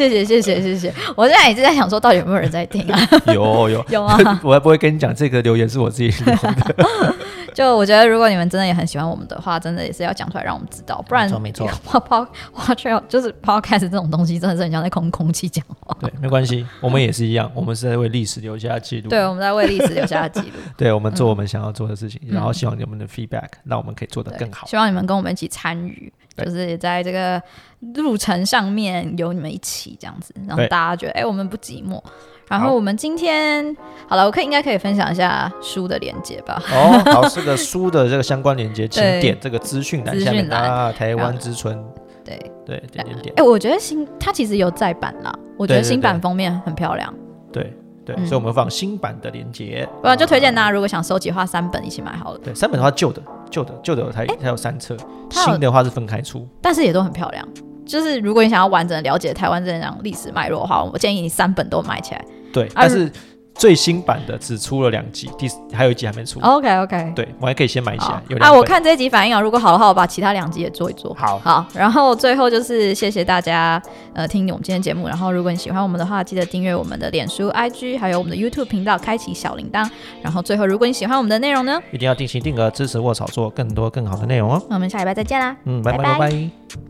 A: 谢谢谢谢谢谢，我现在一直在想说，到底有没有人在听啊？
B: 有有。”
A: 有啊，
B: 我还不会跟你讲，这个留言是我自己留的。
A: 就我觉得如果你们真的也很喜欢我们的话，真的也是要讲出来让我们知道，不然
B: 没错 没错
A: 哇抛哇却就是 podcast 这种东西，真的是很像在空空气讲话。
B: 对，没关系，我们也是一样，我们是在为历史留下记录。
A: 对，我们在为历史留下记录，
B: 对，我们做我们想要做的事情，然后希望你们的 feedback，让我们可以做得
A: 对
B: 更 好。
A: 希望你们跟我们一起参与，
B: 对
A: 就是在这个路程上面有你们一起这样子，让
B: 对
A: 大家觉得哎、我们不寂寞。然
B: 好
A: 后我们今天好了，我可以应该可以分享一下书的连接吧。
B: 哦，好，这个书的这个相关链接，请
A: 对
B: 点这个资讯栏
A: 资
B: 下面
A: 讯栏
B: 啊，台湾之春，
A: 对，
B: 对，点点点
A: 哎、，我觉得新它其实有再版啦，我觉
B: 对
A: 得
B: 对
A: 新版
B: 对哦
A: 封面很漂亮，
B: 对对，
A: 嗯
B: 所以我们放新版的链接，
A: 不啊然就推荐大家如果想收集的话，三本一起买好了，
B: 对，三本的话旧的，旧的旧的有才才有三册，
A: 它有
B: 新的话是分开出，
A: 但是也都很漂亮。就是如果你想要完整的了解台湾这样历史脉络的话，我建议你三本都买起来。
B: 对，但是最新版的只出了两集，第四还有一集还没出，
A: OK OK，
B: 嗯对我还可以先买起来，有
A: 啊，
B: 两
A: 我
B: 本，
A: 看这一集反应啊，如果好的话，我把其他两集也做一做。
B: 好，
A: 好，然后最后就是谢谢大家，呃，听我们今天节目。然后如果你喜欢我们的话，记得订阅我们的脸书、IG，还有我们的 YouTube 频道，开启小铃铛。然后最后，如果你喜欢我们的内容呢，
B: 一定要定期定额支持卧草做更多更好的内容哦，
A: 那我们下礼拜再见啦。
B: 嗯，
A: 拜拜
B: 拜拜。